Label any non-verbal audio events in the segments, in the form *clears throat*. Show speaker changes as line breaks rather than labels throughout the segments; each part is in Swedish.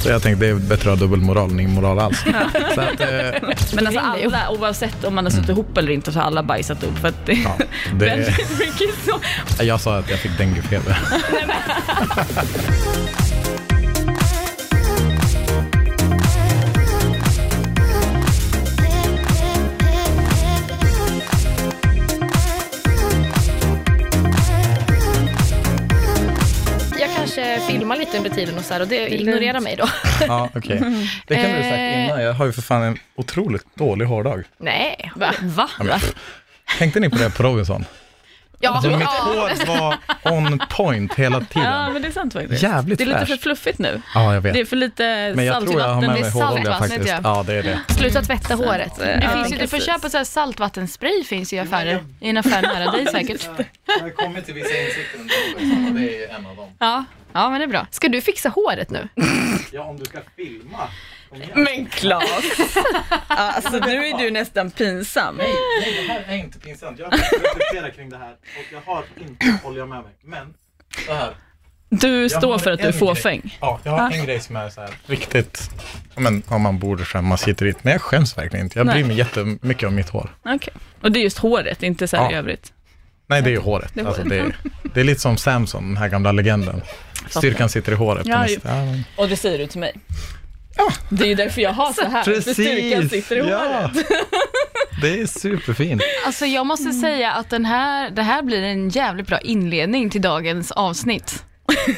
Så jag tänkte det är bättre att ha dubbelmoral än ingen moral
*laughs*
alls. Så att, eh,
Men alltså alla, oavsett om man har suttit ihop eller inte, så har alla bajsat upp. För att det
Mm.
*laughs*
ja,
är
det,
väldigt mycket så.
jag sa att jag fick denguefeber.
Jag kanske filmar lite under tiden och så här, och det ignorerar mig då.
Ja, okej. Det kan du ha sagt innan. Jag har ju för fan en otroligt dålig hårdag.
*laughs* Nej.
Va? Va?
Tänkte ni på det på Robinson?
Ja,
Alltså, mitt
ja.
hår var on point hela
Ja,
tiden.
men det är sant faktiskt.
Jävligt
Det är lite för
fräscht.
fluffigt nu.
Ja, jag vet.
Det är för lite
Men jag
salt
tror jag har med
det
mig
är
hårolja
saltvattnet,
faktiskt.
ja.
Ja, det är
*laughs*
det.
Sluta tvätta håret.
eh,
Det
ja,
finns ju, du får
precis.
köpa så här saltvattenspray finns ju i affärer. I en affär nära dig
*laughs*
säkert.
Jag har kommit till vissa insikter under Robinson och det är en av dem.
Ja. ja, men det är bra.
Ska du fixa håret *laughs* nu?
Ja, om du ska filma.
Men Klas! *laughs* alltså nu är du nästan pinsam.
Nej, det här är inte pinsamt. Jag kan reflektera kring det här och jag har inte olja med mig. Men så här.
Du
Jag
står
har
för att du är
en grej.
fåfäng.
Ja, jag har en grej som är så här riktigt, ja, men om man borde skämmas hit och dit, men jag skäms verkligen inte. Jag
Nej.
bryr mig jättemycket om mitt hår.
Okej. Och det är just håret, inte så här
Ja.
i övrigt.
Nej, det är ju håret.
Det är
alltså,
håret.
det, är, det är lite som Samson, den här gamla legenden. Styrkan sitter i håret. på
Ja,
något
ju.
sätt. Ja, men-
Och det säger du till mig. Det är ju därför jag har så här. För styrkan sitter i håret.
Ja. Det är superfint.
Alltså jag måste
Mm.
säga att den här, det här blir en jävligt bra inledning till dagens avsnitt.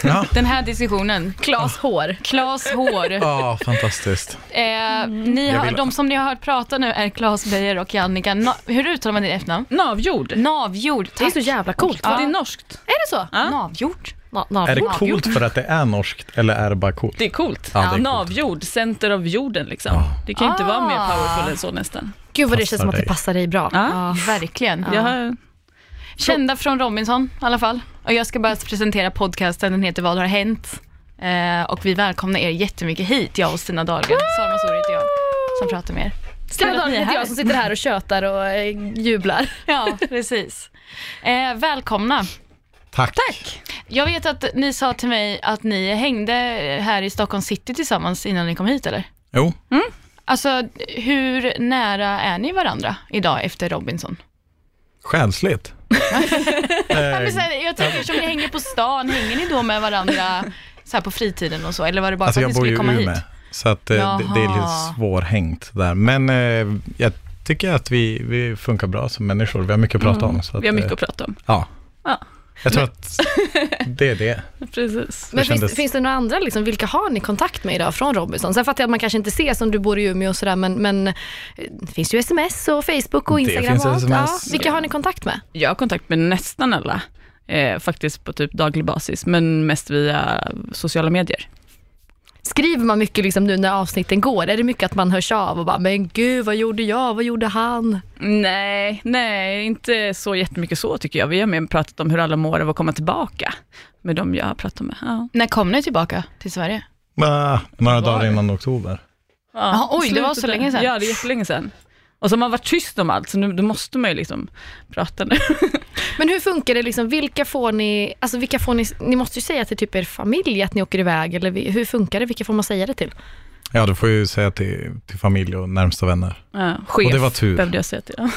Ja.
*laughs* Den här diskussionen.
Klas hår.
Klas hår.
*laughs* Ja, fantastiskt.
Eh,
Mm.
ni
Jag
har,
vill-
de som ni har hört prata nu är Klas Beijer och Jannica. Na, hur uttalar man ditt efternamn?
Navgjord.
Navjord.
Det är
Tack.
så jävla coolt.
Det är norskt.
Är det så?
Ja.
Navjord.
Na- na-
Är det
Ja,
coolt för att det är norskt eller är det bara coolt?
Det är coolt.
Ja, det är coolt.
Navjord, center av jorden liksom. Det kan ju inte vara mer powerful än så nästan.
Gud vad det
Passar
känns som att det
dig.
passar dig bra.
Ja.
Ja, verkligen.
Jag har...
Kända från Robinson i alla fall. Och jag ska bara presentera podcasten, den heter Vad har hänt? Eh, och vi välkomnar er jättemycket hit, jag och Stina Dahlgren. Sara Mansouri heter jag som pratar med er.
Stina
Kul att ni
Dahlgren
är
heter
här.
jag som sitter här och tjötar och eh, jublar.
Ja, precis. Eh, välkomna.
Tack. Tack.
Jag vet att ni sa till mig att ni hängde här i Stockholm city tillsammans innan ni kom hit eller?
Jo,
Alltså hur nära är ni varandra idag efter Robinson?
*laughs*
själsligt. Eh,
Men så här, jag tänker som ni hänger på stan, hänger ni då med varandra så här på fritiden och så? Eller var det bara
Alltså
för
jag
att ni
bor ju
skulle
i
komma
Umeå,
hit?
så att, eh, det, det är
Jaha.
lite svårhängt där. Men eh, jag tycker att vi, vi funkar bra som människor. Vi har mycket att prata
Mm.
om. Så att,
Vi har mycket
eh,
att prata om.
ja.
Ja.
Jag tror att det är det.
Precis.
Men
kändes-
finns, finns det några andra, liksom, vilka har ni kontakt med idag från Robinson? Sen fattar jag att man kanske inte ses om du bor i Umeå och sådär, men, men eh, det finns ju sms och Facebook och
Det
Instagram
finns
och allt.
SMS.
Ja, vilka har ni kontakt med?
Jag har kontakt med nästan alla, eh, faktiskt på typ daglig basis, men mest via sociala medier.
Skriver man mycket liksom, nu när avsnitten går? Är det mycket att man hörs av och bara, men gud vad gjorde jag, vad gjorde han?
Nej, nej, inte så jättemycket så tycker jag. Vi har mer pratat om hur alla mår av att komma tillbaka med de jag har pratat med. Ja.
När kom ni tillbaka till Sverige?
Ah, några
Var
dagar
det?
innan oktober.
Ja,
oj, det var så
slutet där.
länge sedan.
Ja, det är jättelänge sedan. Och så har man varit tyst om allt, så nu då måste man ju liksom prata nu.
Men hur funkar det, liksom, vilka får ni, alltså vilka får ni, ni måste ju säga till typ er familj att ni åker iväg, eller vi- hur funkar det, vilka får man säga det till?
Ja, du får jag ju säga till, till familj och närmsta vänner.
Ja, chef
Och det var tur.
behövde jag säga till. Ja.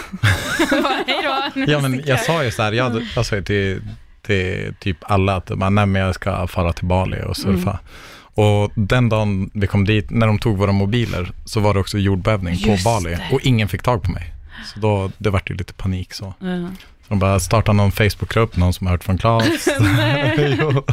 Hej då!
Ja, men jag sa ju så här,
Mm.
jag, jag sa ju till, till typ alla att bara, nej, men jag ska fara till Bali och surfa.
Mm.
Och den dagen vi kom dit, när de tog våra mobiler, så var det också jordbävning
Just
på Bali
det.
och ingen fick tag på mig. Så då, det vart ju lite panik så.
Ja.
Så de bara, starta någon Facebookgrupp, någon som har hört från
*laughs*
Klas. *laughs* Jo.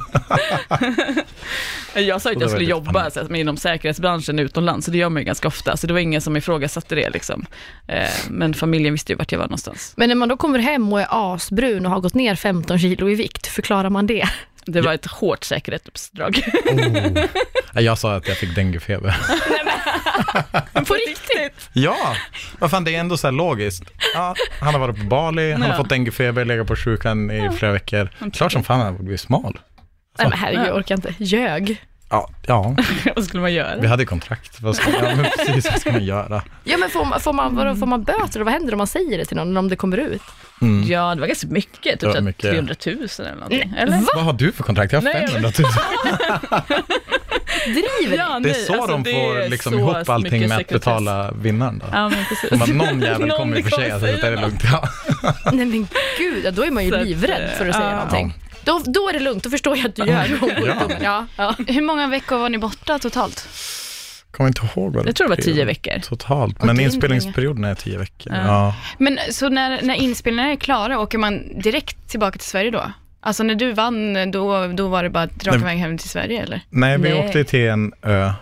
Jag sa ju
Och det
att
var
jag
typ
skulle
lite
jobba
panik.
så här, inom säkerhetsbranschen utomlands, så det gör man ju ganska ofta, så det var ingen som ifrågasatte det liksom. Eh, Men familjen visste ju vart jag var någonstans.
Men när man då kommer hem och är asbrun och har gått ner 15 kilo i vikt, förklarar man det?
Det var ett hårt säkerhetsuppdrag. *laughs*
Mm. Nej, Jag sa att jag fick denguefeber. *laughs*
På riktigt?
ja, vad fan det är ändå så här logiskt. Ja, han har varit på Bali, han
Ja.
har fått denguefeber, legat på sjukan i flera veckor. Klart som fan han borde bli smal.
Nej men herregud, jag orkar inte. Ljög.
Ja, ja,
Vad skulle man göra?
vi hade kontrakt. Vad ska, ja, men precis, vad ska man göra?
Ja men får, man- får, man, vadå, får man böter och vad händer om man säger det till någon, om det kommer ut?
Mm.
Ja, det var ganska mycket,
Det var
typ mycket.
mycket.
Mm. 300 000 eller någonting. Eller?
Vad har du för kontrakt? Jag har
Nej, jag
500 000.
driver ni?
Det är
nej,
så
alltså,
de
det
får
är
liksom
så
ihop allting
mycket
med att
sekretess.
betala vinnaren då.
*laughs* Ja, men precis.
De bara, någon jävel
Någon
kommer ju förse
kommer
sig, så det
säga
är lugnt. Ja.
Nej men gud, ja, då är man ju
Så att,
livrädd för att eh, säga
ja.
någonting. Då, då är det lugnt, då förstår jag att du ljög om
Ja.
sjukdomen. Ja, ja.
Hur många veckor var ni borta totalt?
Kommer inte ihåg vad det
Jag tror det var
blev
tio veckor.
Totalt,
Och
men
det är inte
inspelningsperioden är tio veckor.
Ja.
Ja.
Men så när, när inspelningarna är klara, åker man direkt tillbaka till Sverige då? Alltså när du vann, då, då var det bara att dra
Nej.
iväg hem till Sverige eller?
Nej, vi
Nej.
åkte till en ö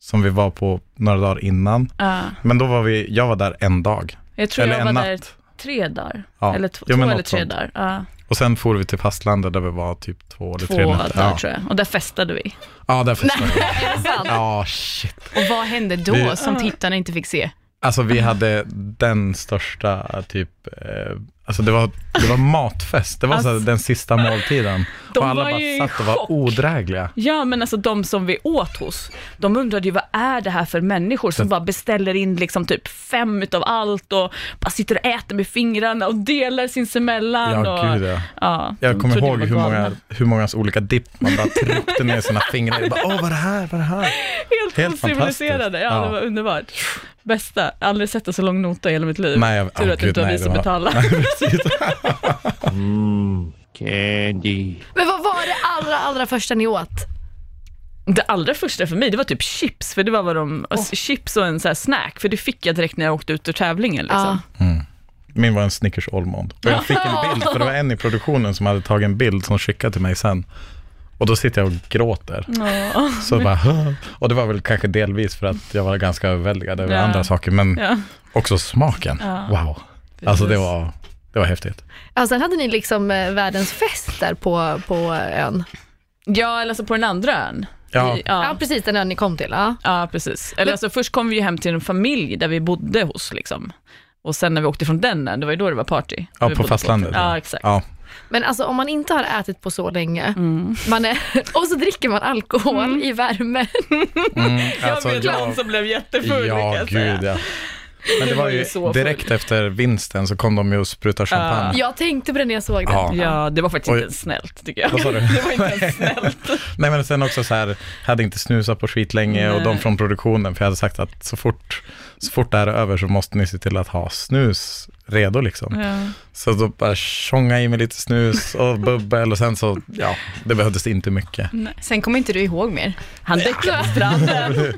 som vi var på några dagar innan.
Ja.
Men då var vi, jag var där en dag,
Jag tror
eller
jag
en
var
natt.
där tre dagar.
Ja.
Eller två,
Jo, men
två eller
något
tre
sånt.
dagar. Ja,
Och sen for vi till fastlandet där vi var typ två eller
två
tre nätter.
dagar
Ja,
tror jag. Och där festade vi.
ja där
*laughs*
förstår jag. Ja, shit.
Och vad hände då
Det-
som tittarna inte fick se?
Alltså vi hade den största typ, eh, alltså det var, det var matfest, det var så här,
Alltså.
den sista måltiden.
De
och alla
var ju i
bara satt och var
chock.
odrägliga.
Ja, men alltså de som vi åt hos, de undrade ju vad är det här för människor som bara beställer in liksom typ fem utav allt och bara sitter och äter med fingrarna och delar sinsemellan.
Ja,
och,
gud ja.
ja,
Jag
de
kommer
trodde
ihåg
vi
hur
var
många,
galna.
hur många olika dipp man bara tryckte ner sina fingrar. Jag bara, åh vad är det här, vad är det här?
Helt,
Helt
ociviliserade, ja,
fantastiskt.
det
Ja.
var underbart. Bästa, aldrig sett en så lång nota i hela mitt liv.
Nej, jag-
Tur
ja,
att
gud,
inte
*laughs*
var
nej,
vi
det
som
var-
betalade.
Mmm, candy.
Men vad var det allra, allra första ni åt?
Det allra första för mig, det var typ chips, för det var vad de, alltså, chips och en så här snack, för det fick jag direkt när jag åkte ut ur tävlingen liksom.
Min var en Snickers Almond. Och jag fick en bild, för det var en i produktionen som hade tagit en bild som skickade till mig sen. Och då sitter jag och gråter. Så bara, "Hå?" och det var väl kanske delvis för att jag var ganska överväldigad över
Ja.
andra saker, men
Ja.
också smaken. Wow. Alltså det var, det var häftigt.
Ja, sen hade ni liksom eh, världens fest där på, på ön.
Ja, eller alltså på den andra ön.
Ja.
I-
Ja.
ja,
precis den ön ni kom till. Ja.
ja precis. Eller alltså först kom vi ju hem till en familj där vi bodde hos liksom. Och sen när vi åkte från den ön, det var ju då det var party.
Ja,
Vi
på
bodde
fastlandet.
Ja, exakt.
Ja.
Men alltså om man inte har ätit på så länge, man är, *laughs* och så dricker man alkohol i värme.
Mm, alltså,
*laughs* jag vet någon som blev *laughs* jättefull kan
Ja,
jag säga.
gud ja. Men det var ju
så
direkt efter vinsten så kom de ju och sprutade champagne.
Jag tänkte på det när jag såg det.
Ja.
Ja, det var faktiskt
Oj.
inte ens snällt tycker jag.
Vad sa du?
*laughs* Det var inte ens snällt. *laughs*
Nej men sen också så här, hade inte snusat på skit länge och
Nej.
de från produktionen, för jag hade sagt att så fort, så fort det här är över så måste ni se till att ha snus redo liksom.
Mm.
Så då bara tjonga i mig lite snus och bubbel och sen så, ja, det behövdes inte mycket.
Sen kommer inte du ihåg mer.
Han däckade på stranden.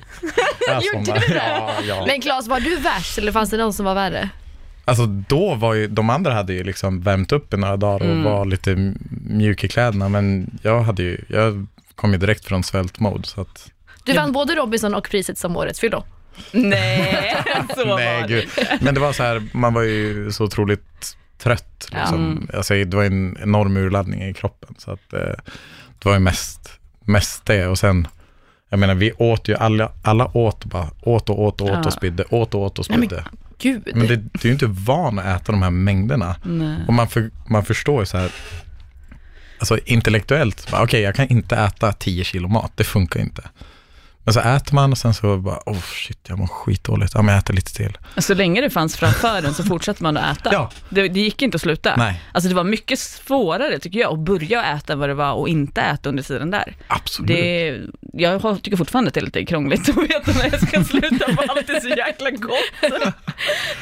Jag
Gjorde
somnade.
du det?
Alltså, Ja, ja.
Men Claes, var du värst eller fanns det någon som var värre?
Alltså då var ju, de andra hade ju liksom värmt upp i några dagar
Mm.
och var lite mjuk i kläderna, men jag hade ju, jag kom ju direkt från svältmode så att
Du vann både Robinson och priset som årets fyllo.
Nej, *laughs* så var
Nej,
det. *laughs*
gud. Men det var så här, man var ju så otroligt trött.
Mm.
Liksom. Alltså, det var en enorm urladdning i kroppen. Så att, eh, det var ju mest, mest det. Och sen, jag menar, vi åt ju, alla, alla åt bara, åt och åt och åt
Ja.
och spydde, åt och åt och spydde.
Gud.
Men det, du är ju inte van att äta de här mängderna.
Nej.
Och man, för, man förstår ju så här, alltså intellektuellt, bara, okej jag kan inte äta 10 kilo mat, det funkar inte. Men så äter man och sen så bara, oh shit, jag mår skitdåligt, ja men jag äter lite till.
Så länge det fanns framför en så fortsatte man att äta.
Ja.
Det, det gick inte att sluta.
Nej.
Alltså det var mycket svårare tycker jag att börja äta än vad det var och inte äta under tiden där.
Absolut.
Det, jag har- tycker fortfarande att det är lite krångligt att veta när jag ska sluta för allt är så jäkla gott.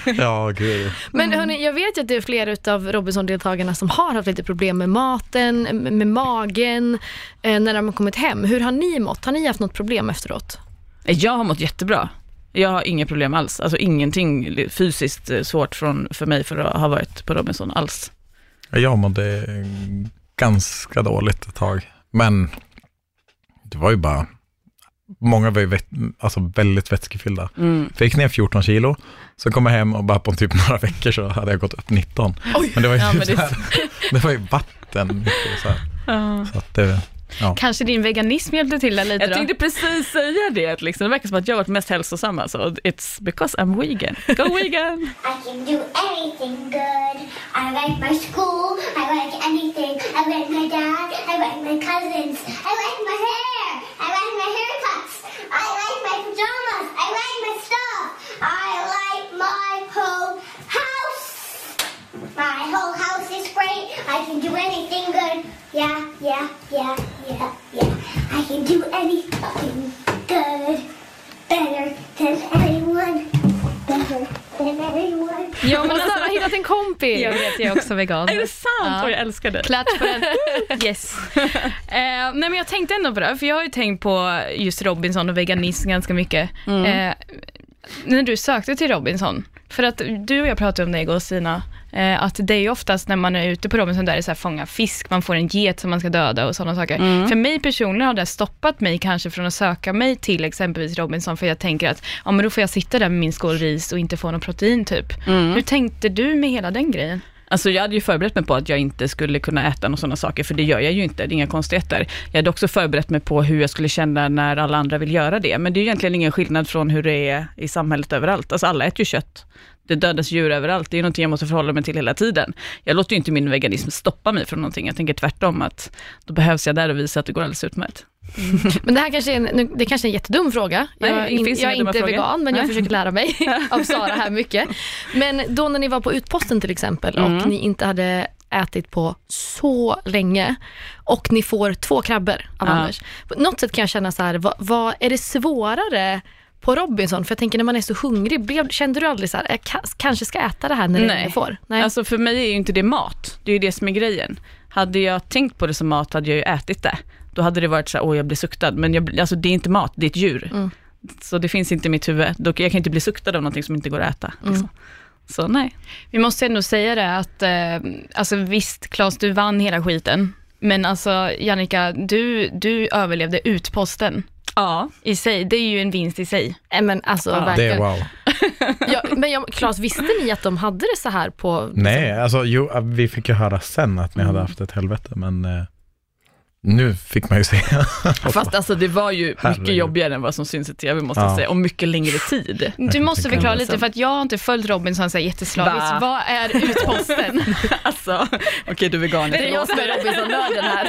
Ja, gud.
Men hörni, jag vet ju att det är flera av Robinson-deltagarna som har haft lite problem med maten, med magen, eh, när de har kommit hem. Hur har ni mått? Har ni haft något problem efteråt?
Jag har mått jättebra. Jag har inga problem alls. Alltså ingenting fysiskt eh, svårt från, för mig för att ha varit på Robinson alls.
Jag mådde ganska dåligt ett tag, men det var ju bara, många var ju vet, alltså väldigt vätskefyllda.
Mm.
Fick ner 14 kilo, så kom jag hem och bara på typ *laughs* några veckor så hade jag gått upp 19. Men det var ju,
Ja,
typ
men det-
så här, det var ju vatten mycket så här. Så att det,
Kanske din veganism hjälpte till där lite
Jag
då?
tänkte precis säga det, att liksom, det verkar som att jag har varit mest hälsosam alltså. It's because I'm vegan. Go vegan!
I can do everything good. I like my school. I like anything. I like my dad. I like my cousins. I like my hair. I like my haircuts. I like my pajamas. I like my stuff. I like my whole house. My whole house is great. I can do anything good. Yeah, yeah, yeah, yeah, yeah. I can do anything than everyone. Better than everyone.
Ja, men Sara har hittat en kompis.
Jag vet, jag är också vegan.
Är det sant?
Ja.
Oj, jag älskar dig.
Klart på den. *laughs* Yes. Eh, nej men jag tänkte ändå på det, här, för jag har ju tänkt på just Robinson och veganism ganska mycket. Eh, när du sökte till Robinson, för att du och jag pratade om det igår Stina, eh, att det är ju oftast när man är ute på Robinson där det är så här fånga fisk, man får en get som man ska döda och sådana saker. För mig personligen har det stoppat mig kanske från att söka mig till exempelvis Robinson, för jag tänker att ja, men då får jag sitta där med min skål ris och inte få någon protein typ. Hur tänkte du med hela den grejen?
Alltså jag hade ju förberett mig på att jag inte skulle kunna äta några sådana saker, för det gör jag ju inte, det är inga konstigheter. Jag hade också förberett mig på hur jag skulle känna när alla andra vill göra det, men det är ju egentligen ingen skillnad från hur det är i samhället överallt. Alltså alla äter ju kött. Det dödas djur överallt, det är ju någonting jag måste förhålla mig till hela tiden. Jag låter ju inte min veganism stoppa mig från någonting, jag tänker tvärtom att då behövs jag där och visa att det går alldeles utmärkt.
Men det här kanske är en, nu- det kanske är en jättedum fråga.
Nej,
jag
det
är, in,
finns
jag är
inga dumma
inte
frågor.
vegan, men jag
Nej.
försöker
*laughs*
lära mig *laughs* av Sara här mycket. Men då när ni var på Utposten till exempel och
Mm.
ni inte hade ätit på så länge och ni får två krabbor av
Ja.
Anders. På något sätt kan jag känna så här, vad, vad är det svårare på Robinson? För jag tänker när man är så hungrig, blev, kände du aldrig så här, jag ka- kanske ska äta det här när jag inte får? Nej.
Alltså för mig är ju inte det mat, det är ju det som är grejen. Hade jag tänkt på det som mat hade jag ju ätit det. Då hade det varit så här, åh jag blir suktad, men jag, blir- alltså, det är inte mat, det är ett djur. Så det finns inte i mitt huvud, Då, jag kan inte bli suktad av någonting som inte går att äta. Liksom. Så nej.
Vi måste ändå säga det att, eh, alltså visst Claes, du vann hela skiten. Men alltså Jannica, du, du överlevde utposten
Ja,
i sig. Det är ju en vinst i sig.
Nej, men alltså
Det
verkligen.
är wow.
Ja, men jag, Claes, visste ni att de hade det så här på...
Nej, alltså jo, vi fick ju höra sen att ni
Mm.
hade haft ett helvete, men eh, nu fick man ju
*laughs*
se.
fast alltså det var ju mycket
Herregud.
jobbigare än vad som syns i tv måste jag
Ja.
säga, och mycket längre
*laughs*
tid.
Du måste
tänker
förklara
mig.
lite, för att jag har inte följt Robinson så här jätteslaviskt.
Va?
Vad är utposten?
*laughs* Alltså, okej du är vegan.
Det är jag som är Robinson-nörden *laughs* här.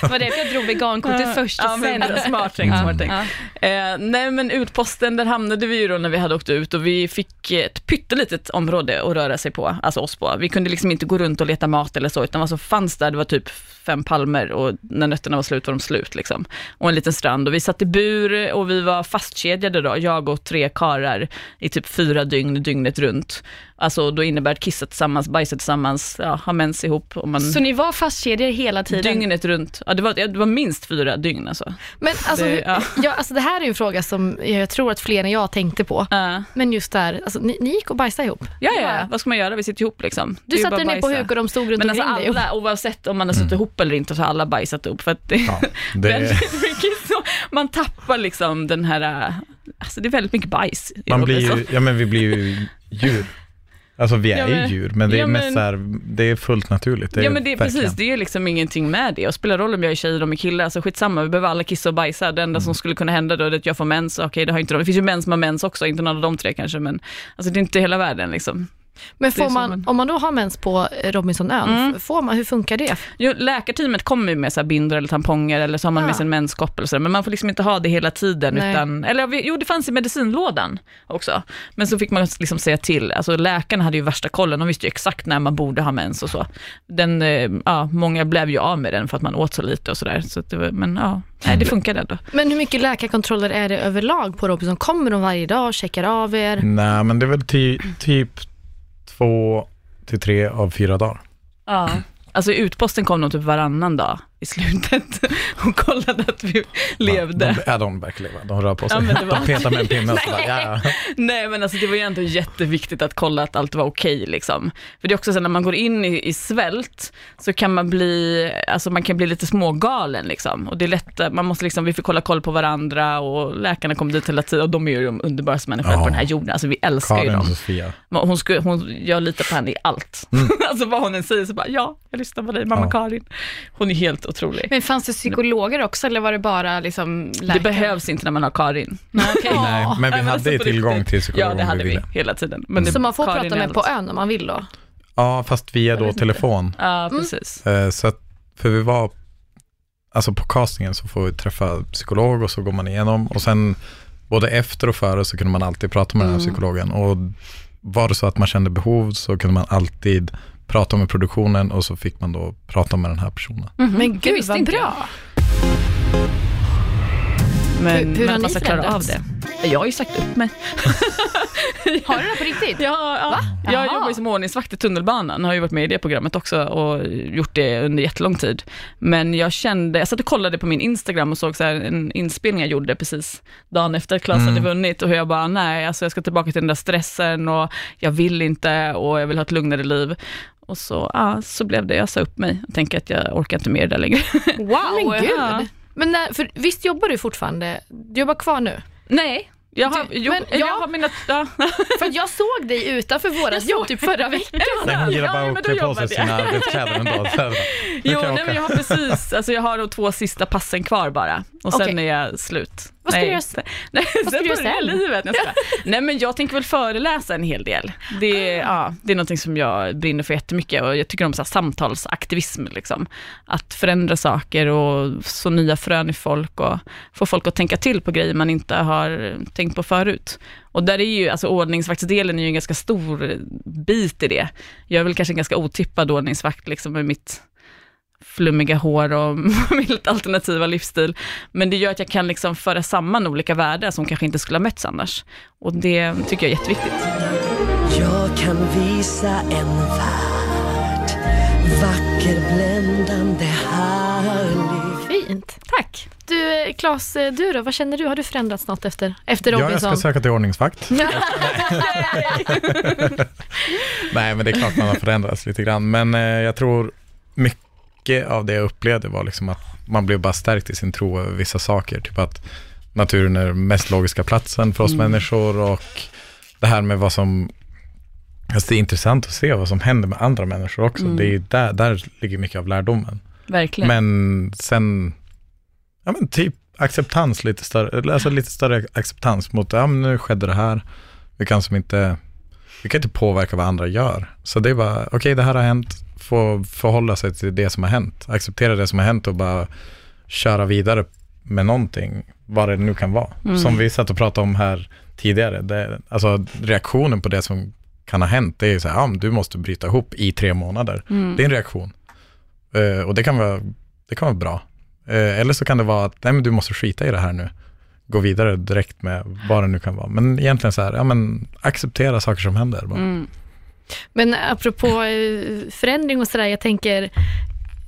Det var därför jag drog vegankortet först och
ja,
sen.
men, smart tänkt, smart tänkt.
Ja.
Eh, nej men utposten, där hamnade vi ju då när vi hade åkt ut och vi fick ett pyttelitet område att röra sig på, alltså oss på. Vi kunde liksom inte gå runt och leta mat eller så, utan vad som fanns där, det var typ fem palmer och när nötterna var slut var de slut liksom. Och en liten strand och vi satt i bur och vi var fastkedjade då, jag och tre karar i typ fyra dygn, dygnet runt. Alltså då innebär kissa tillsammans, bajsa tillsammans, ja, ha mens ihop. Och man...
Så ni var fastkedjor hela tiden?
Dygnet runt, ja, det, var, ja, det var minst fyra dygn alltså.
Men alltså,
Det-
hur-
ja.
ja, alltså det här är ju en fråga som jag tror att fler än jag tänkte på.
Ja.
Men just där, alltså, ni, ni gick och bajsade ihop.
Ja, ja, ja. vad ska man göra? Vi sitter ihop liksom. Det
Du
är ju
satte
bara
dig ner på
bajsa.
huk och de stod runt
Men alltså
omkring dig.
alla, oavsett om man har suttit ihop eller inte, så har alla bajsat ihop. För att det är
Mm. Ja, det,
väldigt mycket så, man tappar liksom den här, äh, alltså det är väldigt mycket bajs. i
man blir ju,
Robinson.
ja men vi blir ju djur. Alltså vi är
Ja, men-
ju djur, men det är
ja,
mest
men-
så här, det är fullt naturligt.
Ja men det är
verkligen-
precis, det är liksom ingenting med det. Och spelar roll om jag är tjej eller om jag är kille, alltså skitsamma, vi behöver alla kissa och bajsa. Det enda
Mm.
som skulle kunna hända då är att jag får mens, okej det har inte de. Det finns ju män som har mens också, inte någon av de tre kanske, men alltså det är inte hela världen liksom.
Men
det är Mm. så
får man,
man-
om man då har mens på eh, Robinsonön, f- får man, hur funkar det?
Jo, läkarteamet kommer ju med så här bindor eller tamponger eller så har man
Ah.
med sin menskopp eller så, där, men man får liksom inte ha det hela tiden.
Nej.
Utan, eller vi- jo, det fanns i medicinlådan också. Men så fick man liksom säga till, alltså läkarna hade ju värsta kollen, de visste ju exakt när man borde ha mens och så. Den, eh, ja, många blev ju av med den för att man åt så lite och sådär. Så att det var- men ja, nej, det funkade ändå.
Men hur mycket läkarkontroller är det överlag på Robinson? Kommer de varje dag och checkar av er?
Nej, men det är väl ty, typ två till tre av fyra dagar.
Ja. Alltså i utposten kom de typ varannan dag i slutet *laughs* och kollade att vi levde.
De, ja, de verkar leva, de rör på sig.
Ja, men det var-
De petar med en pinne och så bara, ja, ja.
Nej men alltså det var ju ändå jätteviktigt att kolla att allt var okej liksom. För det är också så här, när man går in i, i svält så kan man bli, alltså man kan bli lite smågalen liksom. Och det är lätt, att- man måste liksom, vi fick hålla koll på varandra och läkarna kom dit hela tiden och de är ju de underbaraste människorna
Ja.
på den här jorden. Alltså vi älskar ju
Karin och
dem.
Sofia.
Men Hon skulle, hon, jag litar på henne i allt. *laughs* alltså vad hon än säger så bara, ja, jag lyssnar på dig, mamma
Mm. Ja.
Karin. Hon är helt otrolig.
Men fanns det psykologer också eller var det bara liksom läkare?
det behövs inte när man har Karin.
Nej, okej.
Nej, men vi
Nej,
hade
alltså,
ju
på
tillgång
riktigt.
till psykolog
Ja, det
om
hade
vi
vi
ville.
hela tiden. Men det-
Så man får
Karin
prata
är alltså-
med
allt.
på ön om man vill då?
Ja, fast via då telefon.
Ja,
Mm.
precis.
Eh, Så att, för vi var, alltså på castingen så får vi träffa psykolog och så går man igenom och sen både efter och före så kunde man alltid prata med den
Mm.
här psykologen och var det så att man kände behov så kunde man alltid prata med produktionen och så fick man då
Mm.
prata med den här personen.
Men gud
visste
vad
inte
bra!
Men
Hur- hur har
att man
ni
ska klara av
förändrats?
det. Jag har ju sagt upp mig.
Har du det på
*laughs*
riktigt?
Ja, ja. Jag
Jaha.
jobbar ju som ordningsvakt i tunnelbanan, har ju varit med i det programmet också och gjort det under jättelång tid. Men jag kände, jag satt och kollade på min Instagram och såg så här en inspelning jag gjorde precis dagen efter Klas hade
Mm.
vunnit och hur jag bara, nej, alltså jag ska tillbaka till den där stressen och jag vill inte och jag vill ha ett lugnare liv. Och så, ja, så blev det, jag sa upp mig. Jag tänker att jag orkar inte mer där längre. *laughs*
Wow.
Men gud.
Ja.
Men när, för, visst jobbar du fortfarande? Du jobbar
*laughs*
kvar nu?
Nej, jag har,
Du-
jo,
men
jag
ja.
har mina... Ja.
För att jag såg dig utanför vårat jobb
*laughs*
typ förra veckan.
Nej, hon gillar
Ja,
bara
men
att
då
klä på
jobbar
sig sina arbetskläder en
*laughs*
dag. Så här, *laughs* nu
Jo,
kan jag åka.
nej, men jag har precis, alltså jag har de två sista passen kvar bara och sen
Okej.
är jag slut.
Vad ska
nej,
du göra
sen? *laughs* Nej,
vad
sen
ska du göra
börjar
sen?
livet. Jag
*laughs*
skojar. nej, men jag tänker väl föreläsa en hel del. Det,
Ah.
är- ja, det är någonting som jag brinner för jättemycket och jag tycker om så här samtalsaktivism, liksom. att förändra saker och så nya frön i folk och få folk att tänka till på grejer man inte har tänkt på förut. Och där är ju, alltså ordningsvaktsdelen är ju en ganska stor bit i det. Jag är väl kanske en ganska otippad ordningsvakt liksom med mitt flummiga hår och *laughs* min lite alternativa livsstil. Men det gör att jag kan liksom föra samman olika världar som kanske inte skulle ha mötts annars. Och det tycker jag är jätteviktigt.
Jag kan visa en värld Vacker, bländande, härlig
Fint.
Tack!
Du eh, Claes, eh, du då? Vad känner du? Har du förändrats något efter, efter
Ja, jag
Robinson?
ska söka till
*laughs*
ordningsvakt. Nej, men det är klart man har förändrats lite grann. Men eh, jag tror mycket av det jag upplevde var liksom att man blev bara stärkt i sin tro över vissa saker. Typ att naturen är den mest logiska platsen för oss
Mm.
människor och det här med vad som... Alltså det är intressant att se vad som händer med andra människor också.
Mm.
Det är ju där, där ligger mycket av lärdomen.
Verkligen.
Men sen, ja men typ acceptans lite större, eller alltså lite större acceptans mot, ja men nu skedde det här, vi kan som inte, vi kan inte påverka vad andra gör. Så det är bara, okej det här har hänt, få förhålla sig till det som har hänt, acceptera det som har hänt och bara köra vidare med någonting, vad det nu kan vara. Som vi satt och pratade om här tidigare, det, alltså reaktionen på det som kan ha hänt, det är ju så här, ja, men du måste bryta ihop i tre månader. Det är en reaktion. Eh, och det kan vara, det kan vara bra. Eh, eller så kan det vara att nej, men du måste skita i det här nu. Gå vidare direkt med vad det nu kan vara. Men egentligen så här, ja, men acceptera saker som händer. Bara.
Mm.
Men apropå eh, förändring och sådär, jag tänker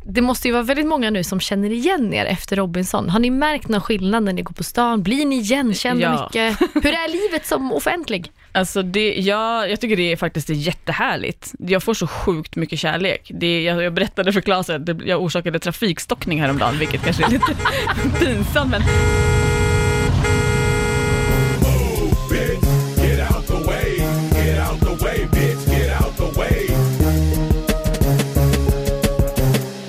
det måste ju vara väldigt många nu som känner igen er efter Robinson. Har ni märkt någon skillnad när ni går på stan? Blir ni igenkända
Ja.
mycket? Hur är livet som offentlig?
Alltså det, jag, jag tycker det är faktiskt är jättehärligt. Jag får så sjukt mycket kärlek. Det, jag, jag berättade för Klas att det- jag orsakade trafikstockning häromdagen, vilket kanske är lite *laughs* pinsamt. Men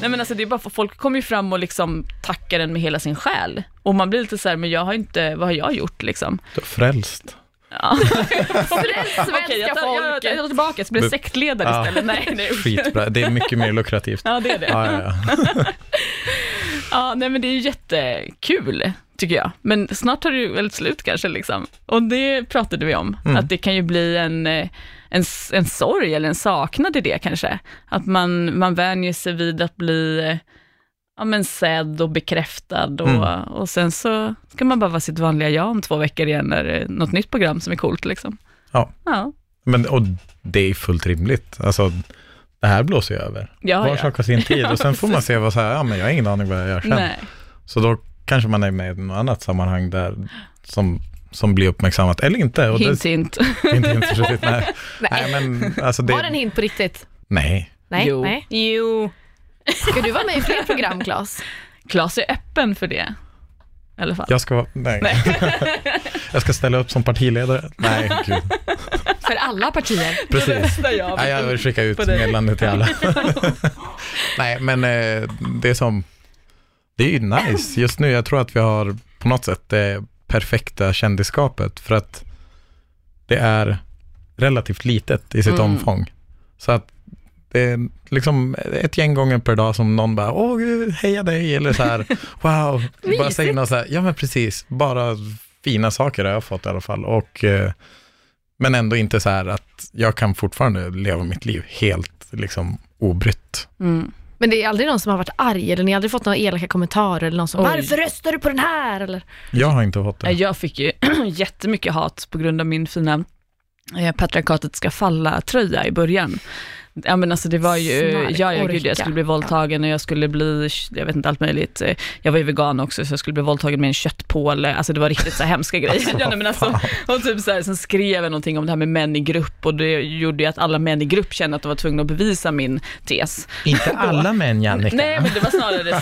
Nej men alltså det är bara för folk kommer ju fram och liksom tackar en med hela sin själ. Och man blir lite så här, men jag har inte, vad har jag gjort liksom?
Du är frälst.
Okej, jag, tar, jag, jag tar tillbaka, jag ska bli
Du-
sektledare
Ja.
istället. Nej, nej.
Skitbra, det är mycket mer lukrativt.
*laughs* Ja, det är det.
Ja, ja, ja.
Ja, nej men det är ju jättekul, tycker jag. Men snart tar det ju väl slut kanske, liksom. Och det pratade vi om,
Mm.
att det kan ju bli en, eh, en, s- en sorg eller en saknad i det kanske. Att man, man vänjer sig vid att bli eh, ja, men sedd och bekräftad och,
Mm.
och sen så ska man bara vara sitt vanliga jag om två veckor igen när det är något nytt program som är coolt liksom.
Ja.
Ja,
Men, och det är fullt rimligt. Alltså, det här blåser ju över.
ja,
Var
ja.
sak har sin tid och sen får man se vad så här, ja men jag har ingen aning vad jag gör sen.
Nej.
Så då kanske man är med i något annat sammanhang där som, som blir uppmärksammat, eller inte. Och
Hint,
det,
hint.
inte hint,
*laughs*
precis, nej.
Nej.
nej, men alltså det...
Var det en hint på riktigt?
Nej.
Nej.
Jo.
Nej.
Jo.
Ska du vara med i fler program, Claes?
Klas är öppen för det. I alla fall.
Jag ska vara, nej. jag ska ställa upp som partiledare. Nej, gud.
För alla partier.
Precis.
Där jag-
Nej, jag vill skicka ut
På dig.
meddelandet till
*laughs*
alla. nej, men eh, det är som, det är ju nice just nu. Jag tror att vi har på något sätt det perfekta kändisskapet för att det är relativt litet i sitt
Mm.
omfång. Så att det är liksom ett gäng gånger per dag som någon bara, åh gud, heja dig, eller så
*laughs*
här, wow. bara säger något så här, ja men precis, bara fina saker har jag fått i alla fall. Och, eh, men ändå inte så här att jag kan fortfarande leva mitt liv helt liksom obrytt.
Mm.
Men det är aldrig någon som har varit arg eller ni har aldrig fått några elaka kommentarer eller någon som
Oj.
“Varför röstar du på den här?” eller
Jag har inte fått
Nej,
det.
Jag fick ju *clears throat* jättemycket hat på grund av min fina eh, patriarkatet ska falla-tröja i början. Ja men alltså det var ju,
Snark,
ja, ja gud,
orka.
jag skulle bli våldtagen och jag skulle bli, jag vet inte allt möjligt. Eh, Jag var ju vegan också så jag skulle bli våldtagen med en köttpåle, alltså det var riktigt så här hemska grejer. ja, nej, men alltså, och typ så här, sen skrev jag någonting om det här med män i grupp och det gjorde ju att alla män i grupp kände att de var tvungna att bevisa min tes.
Inte alla män, Jannica.
Nej men det var snarare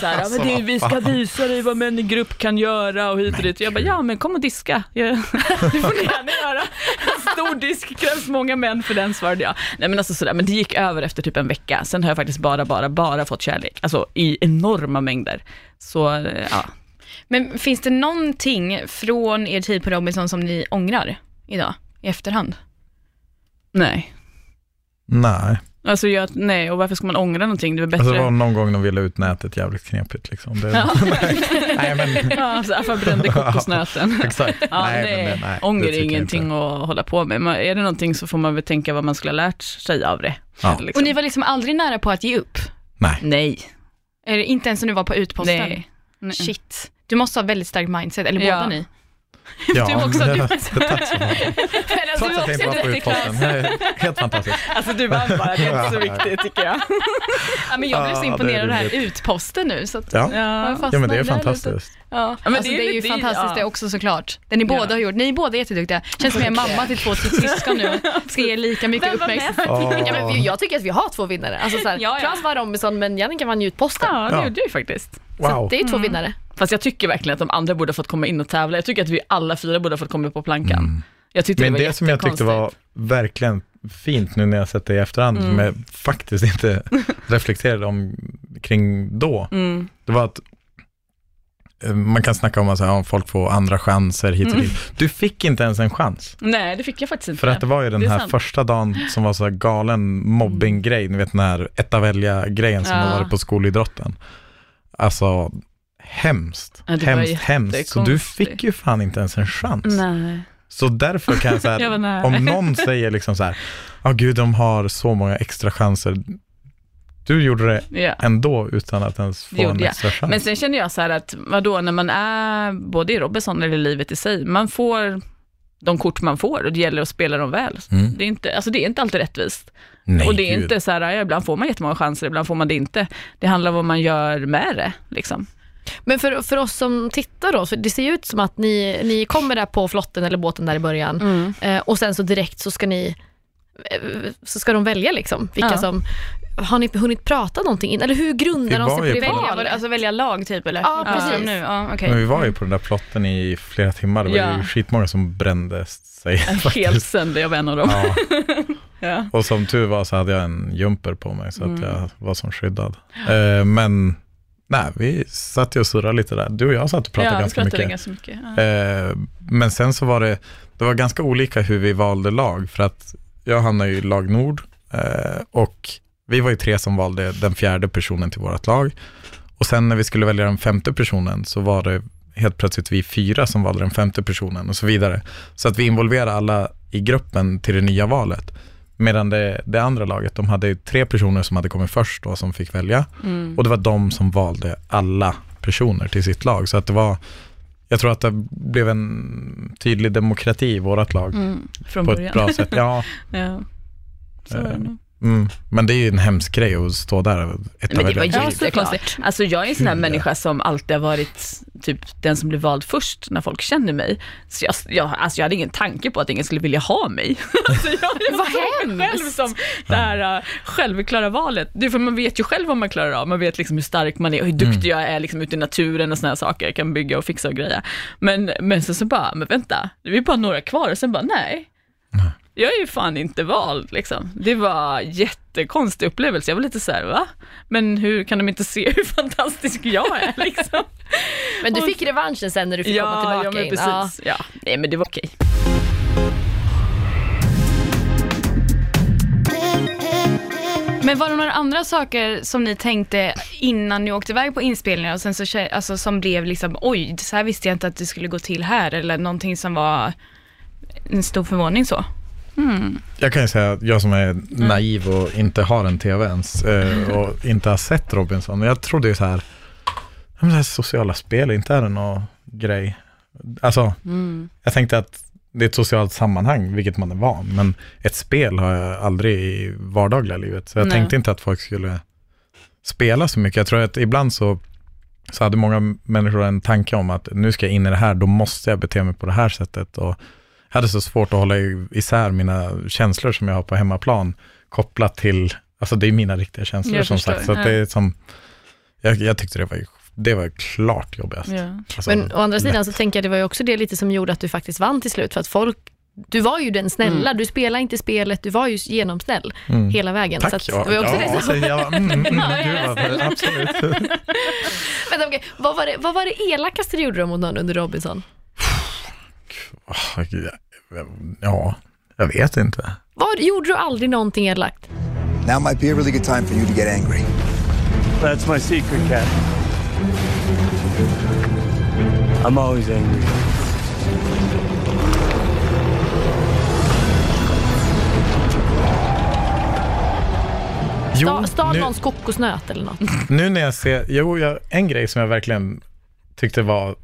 *laughs*
så här, ja, men det, vi ska
Alltså,
visa dig vad män i grupp kan göra och hit och dit. Jag bara, ja *laughs* men kom och diska. Jag- Det får ni gärna göra. En stor disk krävs många män för den svarade jag. Nej men alltså sådär, men det gick över efter typ en vecka. Sen har jag faktiskt bara, bara, bara fått kärlek. Alltså i enorma mängder. Så eh, ja.
Men finns det någonting från er tid på Robinson som ni ångrar idag i efterhand?
Nej.
Nej.
Alltså jag, nej, och varför ska man ångra någonting? Det är väl
Alltså,
bättre...
det var någon gång de ville ut nätet jävligt knepigt liksom. Det, *laughs* nej, men
*laughs* Ja, alltså, Affa
*laughs*
brände kokosnöten.
exakt.
Ja, nej,
men det- nej, det
ånger
tycker
är
jag
ingenting
inte.
att hålla på med. Man, är det någonting så får man väl tänka vad man skulle ha lärt sig av det.
Ja.
Liksom.
Och ni var liksom aldrig nära på att ge upp?
Nej.
Nej.
Är det inte ens när du var på utposten?
Nej. Nej.
Shit. Du måste ha väldigt starkt mindset, eller
Mm. Ja.
båda ni.
Ja,
också,
*laughs*
du-
Tack så mycket. Trots att jag inte var på utposten. Nej, Helt fantastiskt.
Alltså du vann bara, det är inte så viktigt tycker jag.
Ja, men jag blev
Ja,
så
Ah, det är
imponerad av det här
roligt.
utposten nu. Så att,
Ja.
Ja.
ja, men det
fastnade
är
där lite.
fantastiskt.
Ja.
men
alltså,
det
det,
är
är
ju
ju
det-
fantastiskt
ja.
det också såklart. Det ni båda
Ja.
har gjort. Ni är båda jätteduktiga. Känns som jag är mamma till två syskon nu. Ska ge lika mycket
Vem var
uppmärksamhet.
ja, men vi- Jag tycker att vi har två vinnare. Alltså, så här,
Ja, ja.
Claes var Robinson men Jannica vann ju ut posten.
Ja, Mm. det
Ja.
gjorde jag ju faktiskt.
Wow.
Det är ju två vinnare.
Fast jag tycker verkligen att de andra borde ha fått komma in och tävla. Jag tycker att vi alla fyra borde ha fått komma upp på plankan. Jag tyckte
Mm. Men
det var
det som jag tyckte var
jättekonstigt. Mm.
verkligen fint nu när jag sett det i efterhand, som jag faktiskt inte
*laughs*
reflekterade om kring då,
Mm.
det var att eh, man kan snacka om att så här, ja, folk får andra chanser hit
Mm.
och dit. Du fick inte ens en chans.
Nej, det fick jag faktiskt inte.
För att det var ju den
Det är
här
sant.
första dagen som var så här galen mobbinggrej, ni vet den här Etavälja-grejen som
Ja.
har varit på skolidrotten. Alltså, hemskt.
Ja, det var
hemskt, hemskt. Så du
jättekonstigt.
fick ju fan inte ens en chans.
Nej.
Så därför kan jag
*laughs*
säga,
Jag var nära.
om någon säger liksom så här, ja gud de har så många extra chanser. Du gjorde det
Ja.
ändå utan att ens
Det
få
gjorde
en
jag.
extra chans.
Men sen känner jag så här att, vadå, när man är både i Robinson eller i livet i sig, man får de kort man får och det gäller att spela dem väl.
Mm.
Det, är inte, alltså det är inte alltid rättvist.
Nej,
och det är
gud.
inte så här, ja, ibland får man jättemånga chanser, ibland får man det inte. Det handlar om vad man gör med det. Liksom.
Men för, för oss som tittar då, för det ser ju ut som att ni, ni kommer där på flotten eller båten där i början
Mm.
eh, och sen så direkt så ska ni eh, så ska de välja liksom vilka
Ja.
som har ni hunnit prata någonting in? Eller hur grundar
Det
de sig
var
på
ju
det
på-
Välja,
valet?
vad- alltså välja lag typ eller?
Ja,
Vad pratar de
precis.
Nu? Ja, okej.
Men vi var ju på den där plotten i flera timmar, det var
Ja.
ju skitmånga som brände sig.
Helt
faktiskt.
sönder, jag var en av dem.
Ja.
*laughs* Ja. Mm.
Och som tur var så hade jag en jumper på mig så att jag var som skyddad. Eh, men nej, vi satt ju och surrade lite där. Du och jag satt och pratade
ja, vi
ganska
pratade
mycket.
ganska mycket. Ja.
Eh, men sen så var det, det var ganska olika hur vi valde lag, för att jag hamnade ju i lag Nord eh, och vi var ju tre som valde den fjärde personen till vårt lag. Och sen när vi skulle välja den femte personen så var det helt plötsligt vi fyra som valde den femte personen och så vidare. Så att vi involverade alla i gruppen till det nya valet. Medan det, det andra laget, de hade ju tre personer som hade kommit först då som fick välja. Och det var de som valde alla personer till sitt lag. Så att det var, jag tror att det blev en tydlig demokrati i vårt lag
Mm, från
på
början.
ett bra sätt. Ja,
Ja. *laughs* Så var det
Eh,
nog.
mm. Men det är ju en hemsk grej att stå där och etta
Men det var
välja.
Ja,
jättekonstigt. Alltså jag är en sån här
Kul, ja.
människa som alltid har varit typ den som blir vald först när folk känner mig. Så jag, jag, alltså jag hade ingen tanke på att ingen skulle vilja ha mig. *laughs* Alltså jag, jag
Vad
såg mig själv
hemskt.
som det här uh, självklara valet. Det är för man vet ju själv vad man klarar av, man vet liksom hur stark man är och hur duktig jag är liksom ute i naturen och såna här saker, jag kan bygga och fixa och greja. Men, men sen så bara, "Ah, men vänta, vi är bara några kvar och sen bara nej. Jag är ju fan inte vald liksom. Det var jättekonstig upplevelse. Jag var lite såhär, va? Men hur kan de inte se *laughs* hur fantastisk jag är liksom?
*laughs*
Men du fick revanschen sen när du fick komma tillbaka
ja men
in.
precis. Ja. Nej men det var okej.
Men var det några andra saker som ni tänkte innan ni åkte iväg på inspelningar och sen så, kä- alltså, som blev liksom oj, så här visste jag inte att det skulle gå till här eller någonting som var en stor förvåning så?
Jag kan ju säga att jag som är
Mm.
naiv och inte har en tv ens eh, och inte har sett Robinson. Jag trodde ju så här, ja, men det här sociala spel, inte är det någon grej. Alltså,
Mm.
jag tänkte att det är ett socialt sammanhang, vilket man är van, men ett spel har jag aldrig i vardagliga livet. Så jag
Nej.
tänkte inte att folk skulle spela så mycket. Jag tror att ibland så, så hade många människor en tanke om att nu ska jag in i det här, då måste jag bete mig på det här sättet. Och jag hade så svårt att hålla i- isär mina känslor som jag har på hemmaplan, kopplat till, alltså det är mina riktiga känslor
Jag
som
förstår,
sagt. Så att
ja.
det är som, jag, jag tyckte det var, ju- det var klart jobbigast.
Ja.
Alltså,
Men å andra sidan så tänker jag det var ju också det lite som gjorde att du faktiskt vann till slut för att folk du var ju den snälla, du spelade inte spelet, du var ju genomsnäll
Mm.
hela vägen.
Tack,
så att,
ja,
det var ju också
ja,
det som,
så
*laughs*
jag, mm, mm, gud, vad- absolut.
vänta, okej, vad, var det, vad var det elakaste du gjorde mot någon under Robinson?
Ah, gud, jag- Ja, jag vet inte.
Vad, gjorde du aldrig någonting elakt?
Now might be a really good time for you to get angry.
That's my secret, Cat. I'm always angry.
Stal, stal
Mm. nu-
någons kokosnöt
*laughs*
eller något?
Nu när jag ser, jo, jag, en grej som jag verkligen tyckte var,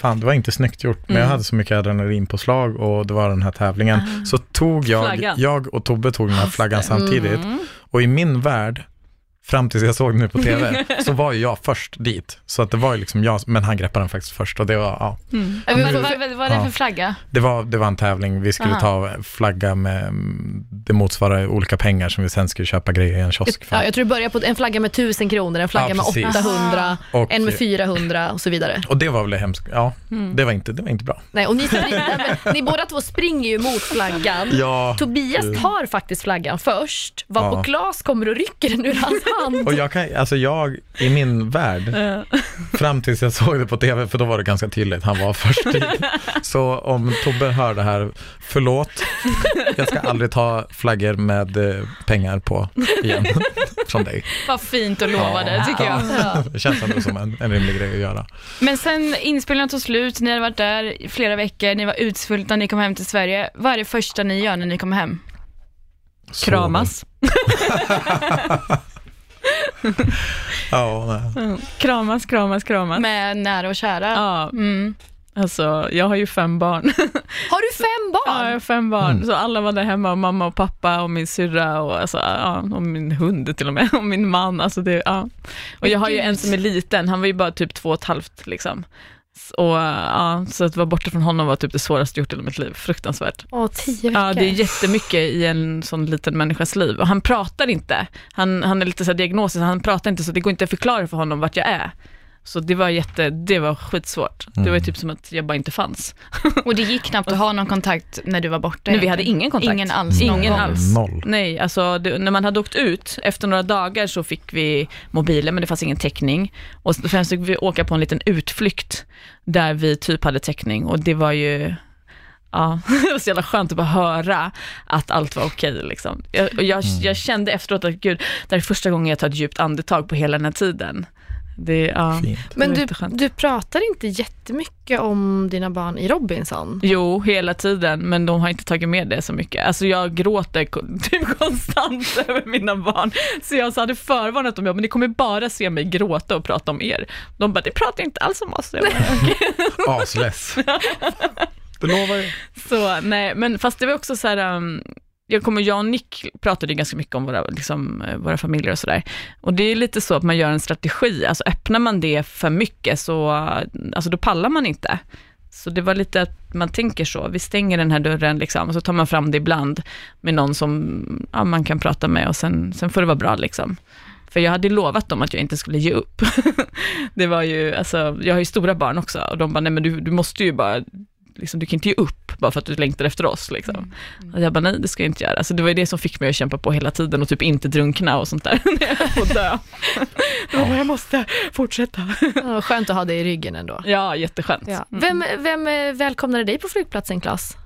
fan det var inte snyggt gjort, men jag hade så mycket adrenalinpåslag och det var den här tävlingen. Så tog jag,
Flaggan.
jag och Tobbe tog den här flaggan samtidigt. Och i min värld, fram tills jag såg den nu på tv, så var ju jag först dit. Så att det var ju liksom jag, men han greppade den faktiskt först och det var, ja.
Men vad, vad, vad är det
Ja.
för flagga?
Det var, det var en tävling, vi skulle
Aha.
ta flagga med, mm, det motsvarar olika pengar som vi sen skulle köpa grejer i en kiosk för.
Ja, jag tror det började på en flagga med 1000 kronor, en flagga
Ja,
med
precis.
800,
Och-
en med 400 och så vidare.
Och det var väl hemskt, ja, det, var inte, det var inte bra.
Nej, och ni, nej, men, ni båda två springer ju mot flaggan.
Ja.
Tobias tar faktiskt flaggan först, varpå
Ja.
Claes kommer och rycker den ur hans hand.
Och jag kan, alltså jag, i min värld, fram tills jag såg det på tv, för då var det ganska tydligt, han var först dit. Så om Tobbe hör det här, förlåt, jag ska aldrig ta flaggor med eh, pengar på igen, *laughs* från dig.
Vad fint att lova det, tycker jag.
Ja. Det känns ändå som en, en rimlig grej att göra.
Men sen inspelningen tog slut, ni hade varit där i flera veckor, ni var utsvultna, ni kom hem till Sverige. Vad är det första ni gör när ni kommer hem?
Så-
Kramas.
Ja, nej.
Kramas, kramas, kramas.
Med nära och kära?
Ja,
Mm.
alltså jag har ju fem barn.
Har du fem
Ja, jag
barn?
har fem barn. Så alla var där hemma, och mamma och pappa och min syrra och, alltså, ja, och min hund till och med, och min man. Alltså, det, ja. Och jag har ju en som är liten, han var ju bara typ två och ett halvt liksom. S- Och, ja, så att vara borta från honom var typ det svåraste jag gjort i hela mitt liv, fruktansvärt.
Åh, tio veckor.
Ja, det är jättemycket i en sån liten människas liv. Och han pratar inte, han, han är lite så här diagnosis, han pratar inte så det går inte att förklara för honom vart jag är. Så det var, jätte, det var skitsvårt. Det var ju typ som att jag bara inte fanns.
Och det gick knappt att ha någon kontakt när du var borta?
Nej, vi
egentligen.
hade ingen kontakt. Mm.
Ingen alls någon
Ingen
gång.
alls.
Noll.
Nej, alltså det, när man hade åkt ut, efter några dagar så fick vi mobilen men det fanns ingen täckning. Och sen fick vi åka på en liten utflykt där vi typ hade täckning och det var ju Ja, *laughs* det var så jävla skönt att bara höra att allt var okej. liksom. jag, och jag, jag kände efteråt att gud, det här är första gången jag tar ett djupt andetag på hela den här tiden. Det, ja,
Fint.
det
Men
var
du,
jätteskönt.
du pratar inte jättemycket om dina barn i Robinson.
*laughs* Jo, hela tiden, men de har inte tagit med det så mycket. Alltså jag gråter ko- *laughs* typ konstant *laughs* över mina barn. Så jag så hade förvarnat dem, jag bara, men ni kommer bara se mig gråta och prata om er. De bara, det pratar inte alls om oss. Jag bara,
Asless. Det lovar jag.
Så nej, men fast det var också så här, um, jag kommer, jag och Nick pratade ju ganska mycket om våra, liksom, eh, våra familjer och sådär. Och det är lite så att man gör en strategi, alltså öppnar man det för mycket så, eh, alltså då pallar man inte. Så det var lite att man tänker så, vi stänger den här dörren liksom, och så tar man fram det ibland med någon som ja, man kan prata med och sen, sen får det vara bra liksom. För jag hade ju lovat dem att jag inte skulle ge upp. *laughs* det var ju, alltså, jag har ju stora barn också och de bara, nej men du, du måste ju bara, liksom, du kan inte ge upp bara för att du längtar efter oss. Liksom. Och jag bara, nej det ska jag inte göra. Så det var ju det som fick mig att kämpa på hela tiden och typ inte drunkna och sånt där. *laughs* när jag höll på att dö. Det var bara, jag måste fortsätta.
Ja, Skönt att ha det i ryggen ändå.
*laughs* ja, jätteskönt.
Ja. Vem, vem eh, välkomnade dig på flygplatsen, Claes?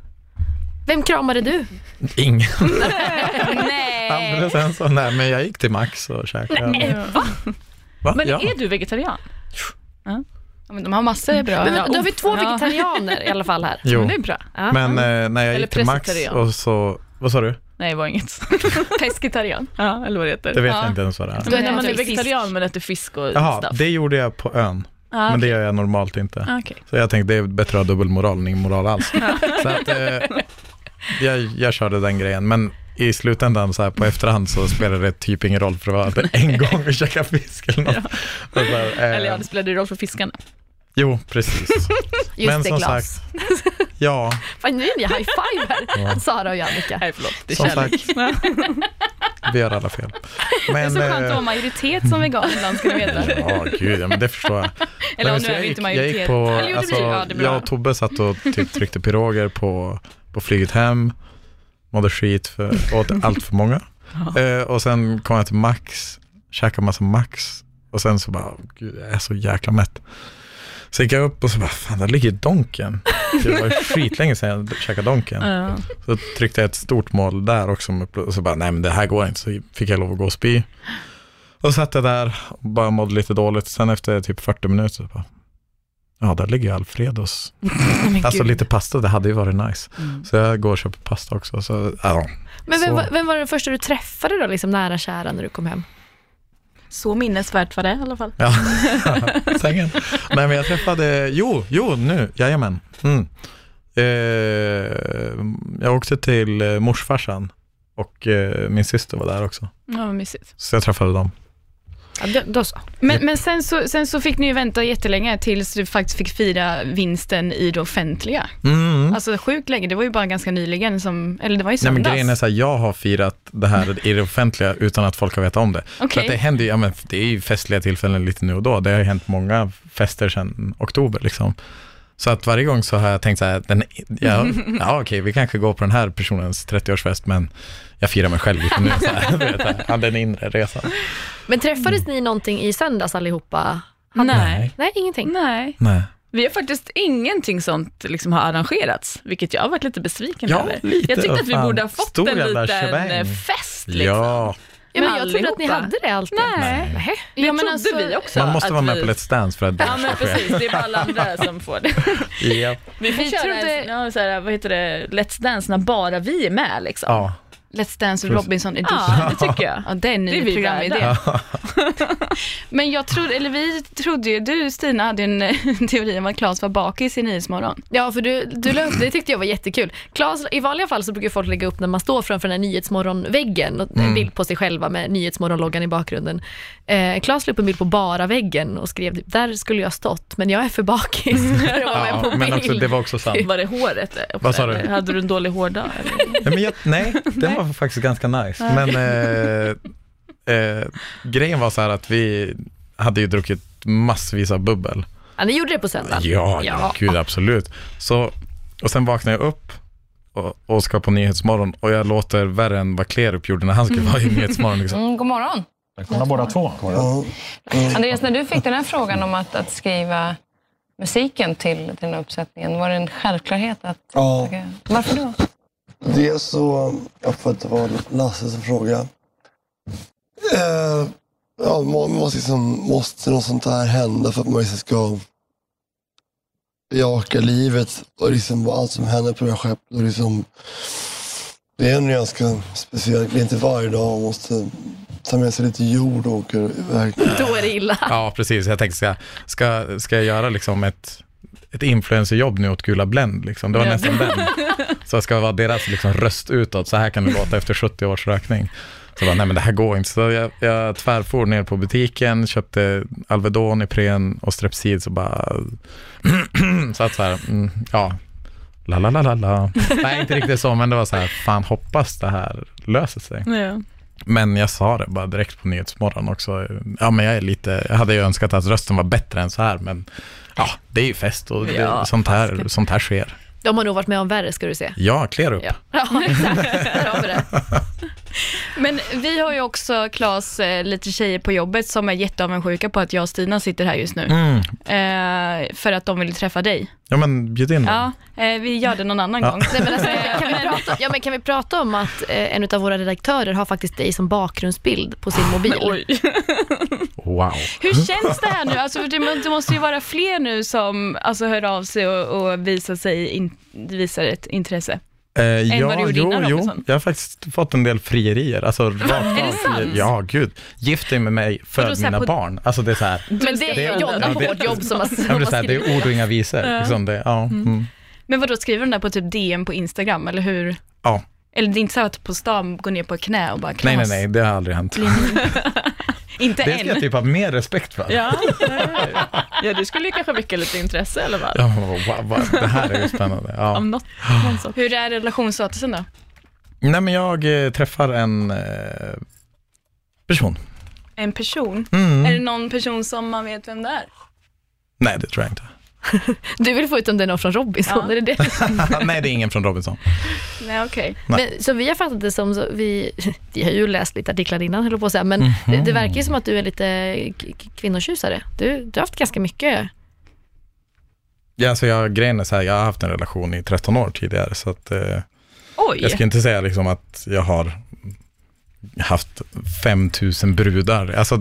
Vem kramade du?
Ingen.
Nej.
Alldeles ensam. Nej, men jag gick till Max och käkade.
Eh, va?
Va?
Men
ja.
är du vegetarian? Mm.
Ja, men de har massor bra.
Men,
Ja,
vänta, då har vi
oh.
två
Ja.
vegetarianer i alla fall här.
*laughs* Jo.
bra.
Ja.
Men eh, när jag
Eller
gick till Max
pescetarian.
och så Vad sa du?
Nej, det var inget.
*laughs* Pescetarian.
ja, eller vad det heter.
Det vet jag
Ja.
inte ens vad det är.
Men när man är
Fisk.
vegetarian men äter fisk och
Jaha,
stuff.
det gjorde jag på ön.
Ah,
Men det gör jag normalt inte.
ah, okej.
Så jag tänkte det är bättre att ha dubbelmoral än ingen moral alls. Så att, eh, jag, jag körde den grejen. Men i slutändan så här på efterhand så spelade det typ ingen roll för det var att
*laughs*
en gång vi käkade fisk eller något. Och så, här, eh,
Eller ja, det spelade ju roll för fiskarna.
Jo,
*laughs*
precis.
Just det, glas.
ja,
Fan, nu är ni high five här,
Ja.
Sara och jag Annika.
Nej, förlåt. Det är
som
kärlek.
sagt,
*laughs*
vi gör alla fel.
Det är
Men,
så skönt att
eh,
vara majoritet som vegan ibland, ska du
*laughs*
veta.
Ja, gud, ja, men det förstår jag.
Eller
Nej, men
nu
så
är
jag
vi
gick-
inte
Jag gick
majoritet.
på,
Eller gjorde
alltså,
vi? Ja, det är bra.
jag och Tobbe satt och typ tryckte piroger på, på flyget hem, mådde skit för åt allt för många. Eh, och sen kom jag till Max, käkade massa Max och sen så bara, gud, jag är så jäkla mätt. Så gick jag upp och så bara, fan där ligger Donken. Det var ju skitlänge sedan jag käkade Donken.
Ja.
Så tryckte jag ett stort mål där också, med- och så bara, nej men det här går inte, så fick jag lov att gå och spy. Och satt jag där och bara mådde lite dåligt, sen efter typ 40 minuter, så bara, ja där ligger ju Alfredos. alltså lite pasta, det hade ju varit nice. Så jag går och köper pasta också, så ja.
Men vem,
Så.
var- vem var den första du träffade då, liksom nära kära när du kom hem?
Så minnesvärt var det i alla fall.
ja. Sängen. Nej men jag träffade, jo, jo nu, jajamän. Mm. Eh, jag åkte till eh, morsfarsan och eh, min syster var där också,
Ja, vad mysigt.
så jag träffade dem.
Ja, då, då så.
Men, men sen, så, sen så fick ni ju vänta jättelänge tills du faktiskt fick fira vinsten i det offentliga.
Mm.
Alltså sjukt länge, det var ju bara ganska nyligen som, eller det var i
Nej, men
söndags.
grejen är så här, jag har firat det här i det offentliga utan att folk har vetat om det. För
Okej.
att det händer ju, ja, men det är ju festliga tillfällen lite nu och då. Det har ju hänt många fester sedan oktober liksom. Så att varje gång så har jag tänkt så här, den, ja, ja okej, vi kanske går på den här personens 30-årsfest, men jag firar mig själv lite nu. Så här, *laughs* du vet, så här, ja, den inre resan.
Men träffades
Mm.
ni någonting i söndags allihopa?
Nej.
Nej, ingenting.
Nej.
Nej.
Vi har faktiskt ingenting sånt liksom har arrangerats, vilket jag har varit lite besviken
Ja,
över.
lite,
jag tyckte att vi
vad fan.
borde ha fått
Stor
en
jävla
liten
shebang.
eh, fest. Liksom.
Ja,
Ja, men jag trodde att ni
allihopa.
hade det alltid.
Nej.
Nej.
Det
Ja, men
trodde
alltså-
vi också.
man måste
att
vara med
vi...
på Let's Dance för att det
Ja, men
ska ske.
precis. Det är bara alla
*laughs*
andra som får det.
Ja.
Vi får
Vi
köra
trodde-
en, ja, så här, vad heter det, Let's Dance när bara vi är med liksom.
Ja.
Let's Dance with
Precis.
Robinson edition.
Ja, det tycker jag.
Ja, det är en
Det är
ny
vi
programidé.
värda.
Men jag trodde, eller vi trodde ju, du Stina hade ju en eh, *laughs* teori om att Claes var bakis i Nyhetsmorgon.
Ja, för du, du la upp, det tyckte jag var jättekul. Klas, I vanliga fall så brukar folk lägga upp när man står framför den här Nyhetsmorgon-väggen, och
Mm.
en bild på sig själva med Nyhetsmorgon-loggan i bakgrunden. Eh, Klas la upp en bild på bara väggen och skrev typ, där skulle jag stått, men jag är för
*laughs*
bakis för att vara med
Ja,
på
men
bild.
också, det var också sant.
Var det håret? eh, också,
Vad sa du?
eller? Hade du en dålig hårdag? eller?
Nej, men jag, nej den var faktiskt ganska nice. Men eh, eh, grejen var så här att vi hade ju druckit massvis av bubbel.
ja, ni gjorde det på söndag.
Ja, ja. gud absolut. Så, och sen vaknade jag upp och, och ska på Nyhetsmorgon och jag låter värre än vad Klerup gjorde när han skulle vara i Nyhetsmorgon. Liksom.
Mm, god morgon.
Välkomna båda två.
Andreas, när du fick den här frågan om att, att skriva musiken till den här uppsättningen, var det en självklarhet att...
Ja,
Varför då?
dels så, um, jag får inte vara Lasse som frågar. Eh, ja, må, måste, liksom, måste något sånt här hända för att man liksom ska bejaka livet och liksom allt som händer på det här skeppet. Och liksom, det är en ganska speciell, det är inte varje dag man måste ta med sig lite jord och åka iväg.
Då är det illa.
Ja, precis. Jag tänkte, ska, ska, ska jag göra liksom ett, ett influencerjobb nu åt Gula Blend? Liksom? Det var nästan den. Så jag ska vara deras liksom, röst utåt. Så här kan det låta efter 70 års rökning. Så jag bara, nej men det här går inte. Så jag, jag tvärfor ner på butiken, köpte Alvedon, Ipren och Strepsid. Så bara, *clears throat* satt så här, mm, ja. La, la, la, la, la. Nej, inte riktigt så, men det var så här, fan hoppas det här löser sig.
Ja.
Men jag sa det bara direkt på Nyhetsmorgon också. Ja, men jag är lite, jag hade ju önskat att rösten var bättre än så här, men ja, det är ju fest och det,
Ja,
sånt, här, sånt här sker.
De har nog varit med om värre ska du se.
Ja, klär upp.
Ja, ja
*laughs*
exakt. Där har vi *laughs* det.
Men vi har ju också, Claes, eh, lite tjejer på jobbet som är jätteavundsjuka på att jag och Stina sitter här just nu.
Mm.
Eh, för att de vill träffa dig.
Ja, men bjud in dem.
Ja, eh, vi gör det någon annan
Ja. *laughs*
gång.
Nej, men *laughs* alltså, kan, vi prata, ja, men kan vi prata om att eh, en av våra redaktörer har faktiskt dig som bakgrundsbild på sin mobil?
Oj.
Wow.
Hur känns det här nu? Alltså, för det, må- det måste ju vara fler nu som alltså, hör av sig och, och visar, sig in, visar ett intresse.
Eh,
än
ja,
vad du gjorde
jo,
innan
jo.
Robinson.
Jag har faktiskt fått en del frierier.
*laughs*
Alltså, rakt
det
av
sant?
frierier. Ja, gud. Gift dig med mig,
Vadå,
föd
så här
mina
på-
barn. Alltså det är
*laughs*
så här.
Men det är Jonna på
det-
vårt jobb som har
Ja, men det, är så här, det är ord och inga visor.
Ja.
Liksom det, ja, mm.
Men vadå, skriver den där på typ DM på Instagram, eller hur?
ja.
Eller det är inte så att på stan går ner på knä och bara
Nej, nej,
kramas?
nej, det har aldrig hänt.
Inte
*laughs* Det ska
än.
jag typ ha mer respekt för.
Ja, *laughs* ja, det skulle ju kanske väcka lite intresse eller vad?
Ja, wow, wow, det här är ju spännande. Ja.
Om något, någon sak.
Hur är relationsstatusen då?
Nej, men jag eh, träffar en eh, person.
En person?
Mm.
Är det någon person som man vet vem det är?
Nej, det tror jag inte. *laughs*
Du vill få ut om det är någon från Robinson,
Ja.
är det *laughs* det?
Nej, det är ingen från Robinson.
Nej, okej.
Nej.
Men, som vi har fattat det som, så vi, *laughs* vi har ju läst lite artiklar innan, höll jag på att säga, men
Mhm.
det, det verkar ju som att du är lite k- k- kvinnotjusare. Du, du har haft ganska mycket.
Ja, alltså jag, grejen är så här, jag har haft en relation i 13 år tidigare, så att, eh, jag
Oj,
ska inte säga liksom att jag har haft 5000 brudar. Alltså,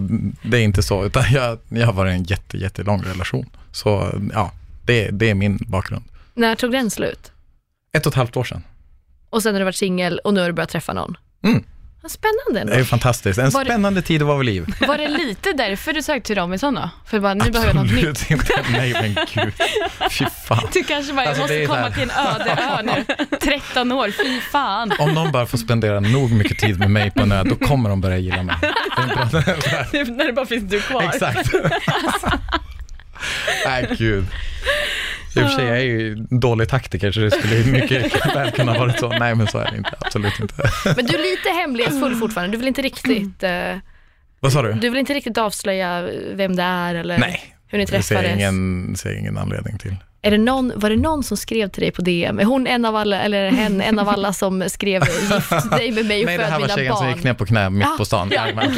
det är inte så, utan *laughs* jag, jag har varit i en jätte, jättelång relation. Så ja, det, det är min bakgrund.
När tog den slut?
Ett och ett halvt år sedan.
Och sen har du varit singel och nu har du börjat träffa någon.
Mm.
Vad Spännande
Det är ju
ändå.
fantastiskt. En
Var det-
spännande tid att vara vid liv.
Var det lite därför du sökte till Robinson då? För bara, nu behöver jag något nytt.
Absolut inte. *laughs* Nej, men gud. Fy fan.
Du kanske bara, jag
Alltså, det
måste
är
komma
där.
till en öde
*laughs*
ö nu. 13 år, fy
*laughs*
fan.
Om någon bara får spendera nog mycket tid med mig på en ö, då kommer de börja gilla mig. Det är en bra-
när det bara finns du kvar.
Exakt. *laughs* Nej, gud. I och för sig, jag är ju en dålig taktiker, så det skulle ju mycket väl kunna ha varit så. Nej, men så är det inte. Absolut inte.
Men du är lite hemlighetsfull fortfarande. Du vill inte riktigt,
Mm.
eh,
Vad sa du?
du vill inte riktigt avslöja eh, vem det är eller
Nej,
hur ni
det ser jag
träffades.
ingen, ser jag ingen anledning till.
Är det någon, var det någon som skrev till dig på DM? Är hon en av alla, eller hen, en av alla som skrev gift dig med mig och
Nej, det här
föd
var
mina
tjejen som gick
barn?
ner på knä mitt på
Ja,
stan. Jajamän.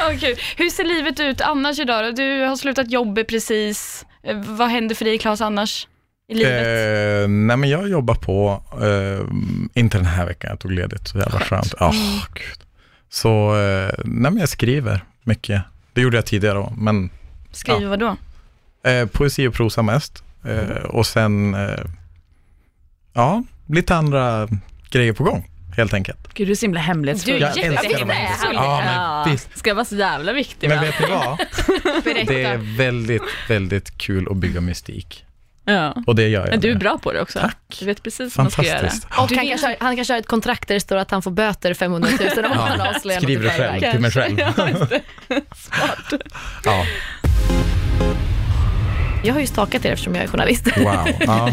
Åh, gud. Hur ser livet ut annars idag då? Du har slutat jobba precis. Eh, Vad händer för dig Claes annars? I livet?
Eh, nej men jag jobbar på, eh, inte den här veckan, jag tog ledigt, så jävla skönt. Ja,
Mm.
gud. Så, eh, nej men jag skriver mycket. Det gjorde jag tidigare då, men
Skriver vad då?
eh, poesi och prosa mest. Eh,
Mm.
Och sen, eh, ja, lite andra grejer på gång, helt enkelt.
Gud, du är så himla hemlighetsfull.
Jag älskar de här historierna. Ja, men visst.
Ska vara så jävla viktig.
Men
Men,
vet ni
*laughs*
vad? Det är väldigt, väldigt kul att bygga mystik.
ja.
Och det gör jag.
men du är
nu.
bra på det också.
Tack.
Du vet precis vad man ska göra.
Fantastiskt.
Och han, kanske, har- han kanske har ett kontrakt där det står att han får böter 500 000 om han avslöjar något i
Skriver det
förväg.
själv, till mig själv.
*laughs* Ja, just det. Smart.
Ja,
Jag har ju stakat er eftersom jag är journalist.
wow. Ja.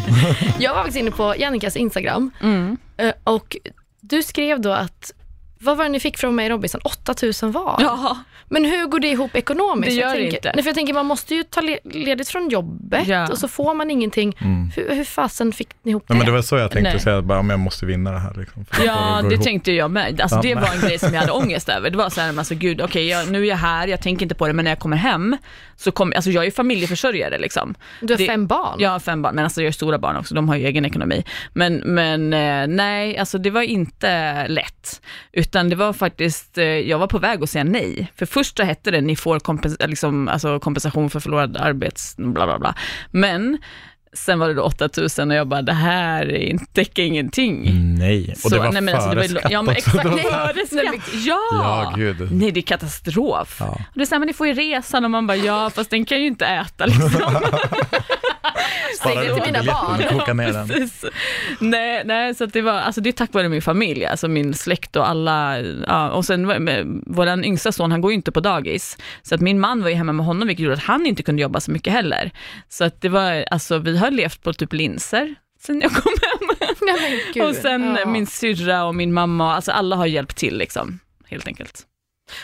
Jag var faktiskt inne på Jannikas Instagram
Mm.
eh, och du skrev då att vad var det ni fick från mig Robinson? 8000 var.
Ja.
Men hur går det ihop ekonomiskt?
Det gör
jag
det
tänker,
inte.
Nej, för jag tänker man måste ju ta le- ledigt från jobbet
Ja.
och så får man ingenting. Hur, hur fasen fick ni ihop det?
Nej, Mm. men det var så jag tänkte
Nej.
säga, bara, men jag måste vinna det här. Liksom, för att
Ja,
går
det
ihop.
tänkte jag med. Alltså,
Ja,
det
nej.
var en grej som jag hade ångest över. Det var så här, alltså, gud, okej, jag, nu är jag här, jag tänker inte på det, men när jag kommer hem, så kommer, alltså jag är ju familjeförsörjare liksom.
du har
det-
fem barn.
Jag har fem barn, men alltså jag har stora barn också, de har ju egen ekonomi. Men, men eh, nej, alltså det var inte lätt. Utan det var faktiskt, eh, jag var på väg att säga nej. För först så hette det, ni får kompens- liksom, alltså kompensation för förlorad arbets... bla bla bla. Men sen var det då 8000 och jag bara, det här är inte, täcker ingenting.
Nej, Mm. och det var
nej, men alltså, det
före
var ju-
skatt
Ja, men
också.
exakt.
Det var
Nej,
så här-
före skatt. Ja!
Ja, gud.
Nej, det är katastrof.
Ja.
Och det är så här, men ni får ju resan och man bara, ja, fast den kan ju inte
*laughs*
äta liksom.
Spara
till
ihop
mina
biljetten och
barn.
Koka ner den.
Precis. Nej, nej, så att det var, alltså det är tack vare min familj, alltså min släkt och alla, ja, och sen var- med- våran yngsta son, han går ju inte på dagis, så att min man var ju hemma med honom, vilket gjorde att han inte kunde jobba så mycket heller. Så att det var, alltså vi har levt på typ linser sen jag kom hem.
Nej, men gud.
Och sen eh,
Ja.
min syrra och min mamma, alltså alla har hjälpt till liksom, helt enkelt.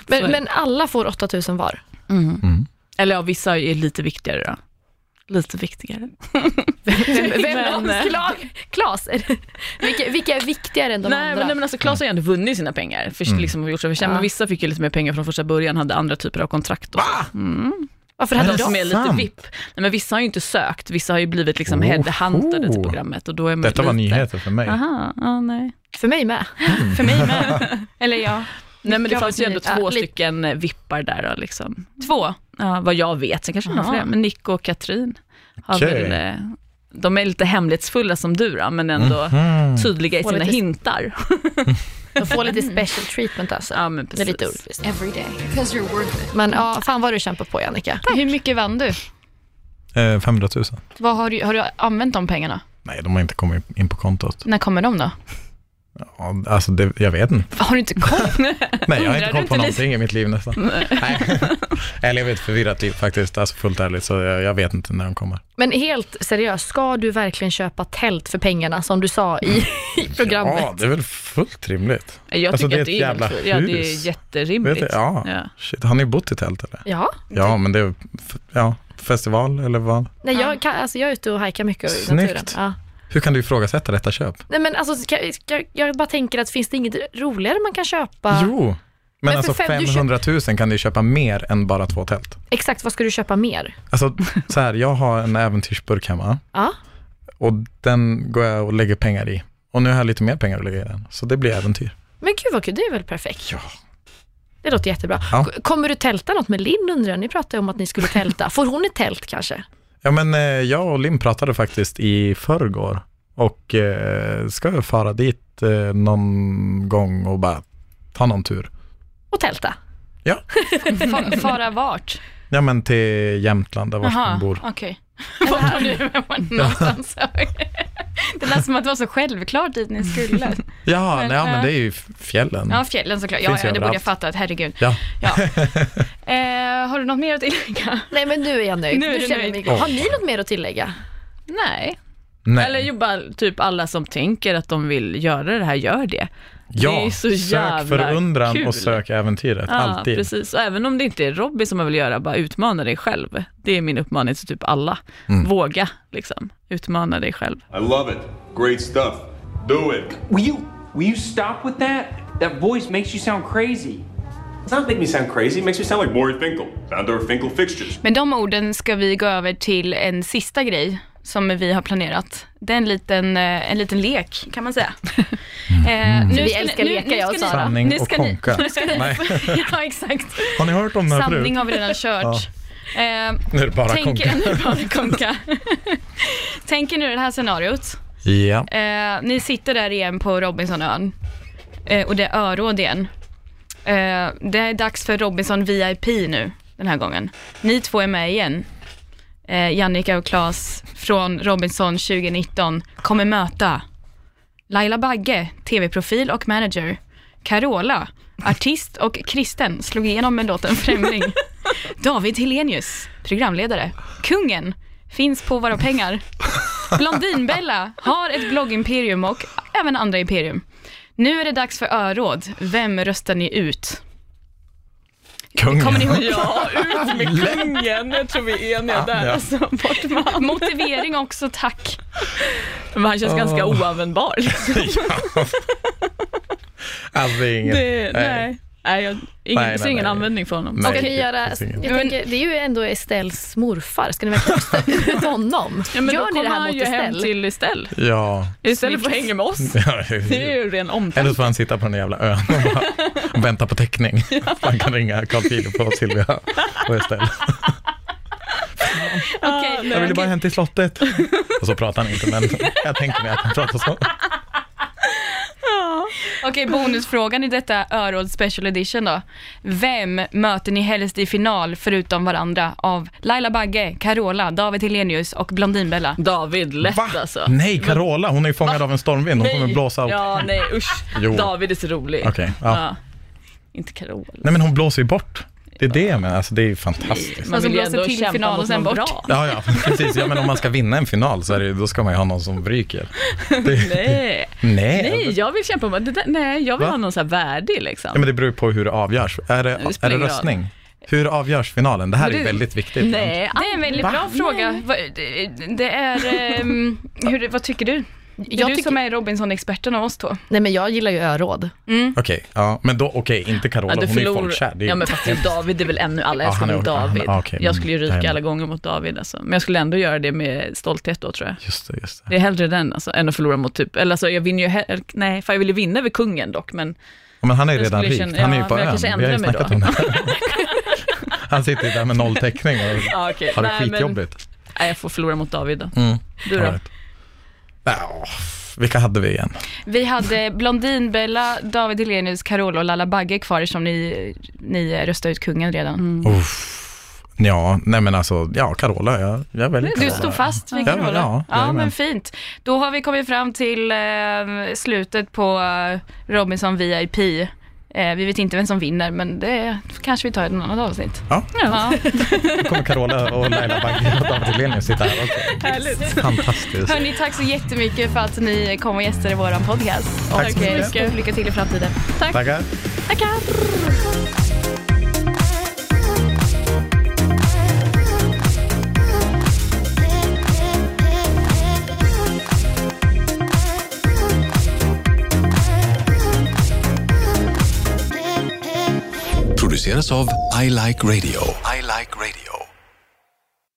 så är
men,
det.
men alla får
*laughs*
8000 var.
Eller ja, vissa är lite viktigare då. Lite viktigare.
Vem, vem,
Men, eh,
Kla- Klas, *laughs* är det- vilka, vilka är viktigare än de
nej,
andra?
Men, nej men alltså Claes har ju ändå vunnit sina pengar, för,
Mm.
liksom, och gjort sig förtjänt,
Ja.
men vissa fick ju lite mer pengar från första början, hade andra typer av kontrakt. Då. Mm.
Varför hade
De som är lite
sant?
VIP. Nej, men vissa har ju inte sökt, vissa har ju blivit liksom
Oho.
headhuntade till programmet. Och då är man
Detta
lite...
var nyheter för mig.
Aha, ja, nej.
För mig med.
För mig med. Eller ja,
nej men det
Jag
fanns ju
var
ändå
nyhet.
två
Ja, lite-
stycken eh, vippar där då, liksom.
två.
ja, vad jag vet, sen kanske det är någon
Aha.
fler, men Nick och Katrin har
Okej.
väl eh, de är lite hemlighetsfulla som du då, men ändå
Mhm.
tydliga i
Får
sina
lite-
hintar.
De får lite special treatment alltså.
Ja, men
Det är
precis.
lite orättvist.
Every day. Because you're worth it.
Men ja, fan vad du kämpar på Annika.
Hur mycket vann du?
Eh, 500 000.
Vad har, du? har du använt de pengarna?
Nej, de har inte kommit in på kontot.
När kommer de då?
Ja, alltså, det, jag vet inte.
Har du inte koll?
Nej, jag har inte
Undrar
koll
du
på
inte,
någonting i mitt liv nästan. Nej. *laughs* Jag lever ett förvirrat liv faktiskt, alltså fullt ärligt, så jag, jag vet inte när de kommer.
Men helt seriöst, ska du verkligen köpa tält för pengarna som du sa i, i programmet?
Ja, det är väl fullt rimligt.
Jag
Alltså,
tycker
det är
att det
ett
är,
jävla
hemskt. ja, det
hus.
är jätterimligt.
Vet du, ja.
Ja.
Shit, har ni bott i tält eller?
Ja.
Ja, men det är f- ja, festival eller vad?
Nej, jag, kan, alltså, jag är ute och hajkar mycket i
Snyggt.
naturen. Ja.
Hur kan du ifrågasätta detta köp?
Nej, men alltså, ska, ska, jag bara tänker att finns det inget roligare man kan köpa?
Jo, men,
Men för
alltså
fem- du köp-
500 000 kan du köpa mer än bara två tält.
Exakt, vad ska du köpa mer?
Alltså så här, jag har en äventyrsburk hemma
Ja.
och den går jag och lägger pengar i. Och nu har jag lite mer pengar att lägga i den, så det blir äventyr.
Men gud vad kul, det är väl perfekt?
Ja.
Det låter jättebra.
Ja.
K- Kommer du tälta något med Linn undrar jag? Ni pratade om att ni skulle tälta. Får hon ett tält kanske?
Ja, men eh, jag och Lim pratade faktiskt i förrgår och eh, ska fara dit eh, någon gång och bara ta någon tur.
Och tälta?
Ja.
Fa- Fara vart?
Ja, men till Jämtland, där vart hon bor.
okej. Vart har ni var *laughs* någonstans? Alltså, Det lät som att det var så självklart dit
*laughs*
ni skulle.
Ja,
Men,
nej, ja,
eh,
men det är ju fjällen.
Ja, fjällen såklart. Ja,
Finns ju
ja det borde jag
överallt.
fattat. Herregud.
Ja.
Eh, har du något mer att tillägga?
Nej men nu är jag nöjd.
Nu är
Nu
du
känner jag mig
nöjd.
glad. Har ni något mer att tillägga?
Nej.
Nej.
Eller ju bara typ alla som tänker att de vill göra det här, gör det.
ja,
det är så jävla
sök förundran
kul.
och sök äventyret,
Ja,
alltid.
precis. Och även om det inte är Robin som man vill göra, bara utmana dig själv. Det är min uppmaning till typ alla.
Mm.
Våga, liksom. Utmana dig själv.
I love it. Great stuff. Do it.
Will you will you stop with that? That voice makes you sound crazy.
Does not make me sound crazy. It makes me sound like Maury Finkel, founder of Finkel Fixtures.
Med de orden ska vi gå över till en sista grej som vi har planerat. Det är en liten, eh, en liten lek, kan man säga. Eh,
Så vi
ska ni-
älskar leka, jag och
ska ni-
Sara.
Mm. Sanning
nu
och
ska ni-
konka.
nu ska ni-
*laughs*
Nej.
*laughs* Ja, exakt.
Har ni hört om det här
Sanning
förut?
har vi redan kört. Eh,
Nu är det bara
tänk,
konka.
Nu är det *laughs* bara konka. Tänk er nu det här scenariot.
Ja.
Eh, ni sitter där igen på Robinsonön eh, och det är öråd igen. Eh, det är dags för Robinson VIP nu den här gången. Ni två är med igen. Eh, Jannica och Claes från Robinson 2019 kommer möta Laila Bagge, tv-profil och manager. Carola, artist och kristen, slog igenom med låten Främling. David Helenius, programledare. Kungen, finns på Våra pengar. Blondinbella har ett bloggimperium och även andra imperium. Nu är det dags för öråd. Vem röstar ni ut? *laughs*
Kungen.
Kommer
*laughs*
ni ihåg?
Ja, ut med kungen. Jag tror vi är eniga
Ja,
där.
ja.
Alltså, bort med han.
Motivering också, tack.
Men han känns ganska
Åh.
oanvändbar. Liksom.
Alltså det är inget.
Det,
nej.
nej. Nej, jag, ingen,
Nej, nej,
ser ingen
nej.
användning för honom.
Nej.
Ska ni
det
göra,
finns
jag
inget.
tänker, det är ju ändå Estelles morfar, ska ni verkligen rösta
*laughs*
ut *laughs* honom?
Ja, men
Gör
då
ni det
kommer
här
han
mot
ju hem
Estelle?
till Estelle.
Ja.
Istället för att hänga med oss. Det är ju
Eller
ren
så
omtanke.
får han sitta på den jävla ön och, bara,
*laughs*
och vänta på täckning. Han kan ringa Carl Philip och Silvia och
*laughs*
Estelle.
Ah,
Okej,
Jag ville bara hem till slottet. Och så pratar han inte, men jag tänker mig att han pratar så.
Okej, bonusfrågan i detta öråd special edition då. Vem möter ni helst i final förutom varandra av Laila Bagge, Carola, David Helenius och Blondinbella?
David, lätt alltså.
Nej, Carola, hon är ju fångad av en stormvind. Hon kommer
Nej.
blåsa allt.
Ja, nej usch.
Jo.
David är så rolig.
Okej, ja.
Inte Carola.
Nej, men hon blåser ju bort. Det är det jag menar, alltså det är ju fantastiskt.
Man
Man
som
vill ju
blåser
ändå
till
kämpa
final
mot
och sen
någon
bort.
bra.
Ja, ja, precis. Ja, men om man ska vinna en final så är det, då ska man ju ha någon som ryker. Det,
*laughs* Nej.
nej.
nej, jag vill kämpa med det där, Nej, jag vill
Va?
ha någon så här värdig liksom.
Ja, men det beror ju på hur det avgörs. Är det,
Det
är
spelar
det
ingen
röstning? Hur avgörs finalen? Det här är
Men
ju
du-
väldigt viktigt.
Nej,
Det är en väldigt
Va?
bra fråga. Va- det- Det är, ehm, hur, vad tycker du? Det är
Jag
du
tycker-
som är Robinson-experten av oss två.
Nej men jag gillar ju öråd.
Okej, ja, men då, okej, inte Carola,
Ja, du
hon är ju
förlorar-
folkkär. Det är
Ja,
ju-
men fast det är David det är väl ännu, alla
Ja,
älskar
han är-
väl David.
han- ah, okej,
Jag skulle ju
mm,
ryka
nej.
alla gånger mot David alltså. Men jag skulle ändå göra det med stolthet då tror jag.
Just det, just det.
Det är hellre den alltså, än att förlora mot typ, eller alltså jag vinner ju, he- nej, för jag vill ju vinna över kungen dock, men
Ja, men han är ju
Jag
redan
skulle
rik,
känna-
han är ju
ja,
på
men jag
ön.
kanske
Vi har ju
ändrar mig
snackat
då. *laughs*
om det här. Han sitter ju där med noll täckning och
ja, okej.
har det
nej, men-
skitjobbigt.
Nej, jag får förlora mot David då.
Mm.
Du då?
All right. Ja, vilka hade vi igen?
Vi hade Blondinbella, David Hellenius, Carola och Lalla Bagge kvar eftersom ni, ni röstade ut kungen redan.
Uff. Ja, nej men alltså, ja Carola, jag, jag väljer
Du
Carola.
stod fast vid
Ja,
Carola?
Ja, jajamän.
men fint. Då har vi kommit fram till eh, slutet på eh, Robinson VIP. Eh, vi vet inte vem som vinner, men det kanske vi tar i något annat avsnitt.
Ja.
ja.
Då kommer Carola och Laila Bagge och David Hellenius sitta här också.
Härligt.
Fantastiskt.
Hörni, tack så jättemycket för att ni kom och gästade vår podcast.
Tack så
och eh,
mycket.
stort lycka till i framtiden. Tack.
Tackar.
Tackar.
Produceras av I Like Radio. I like radio.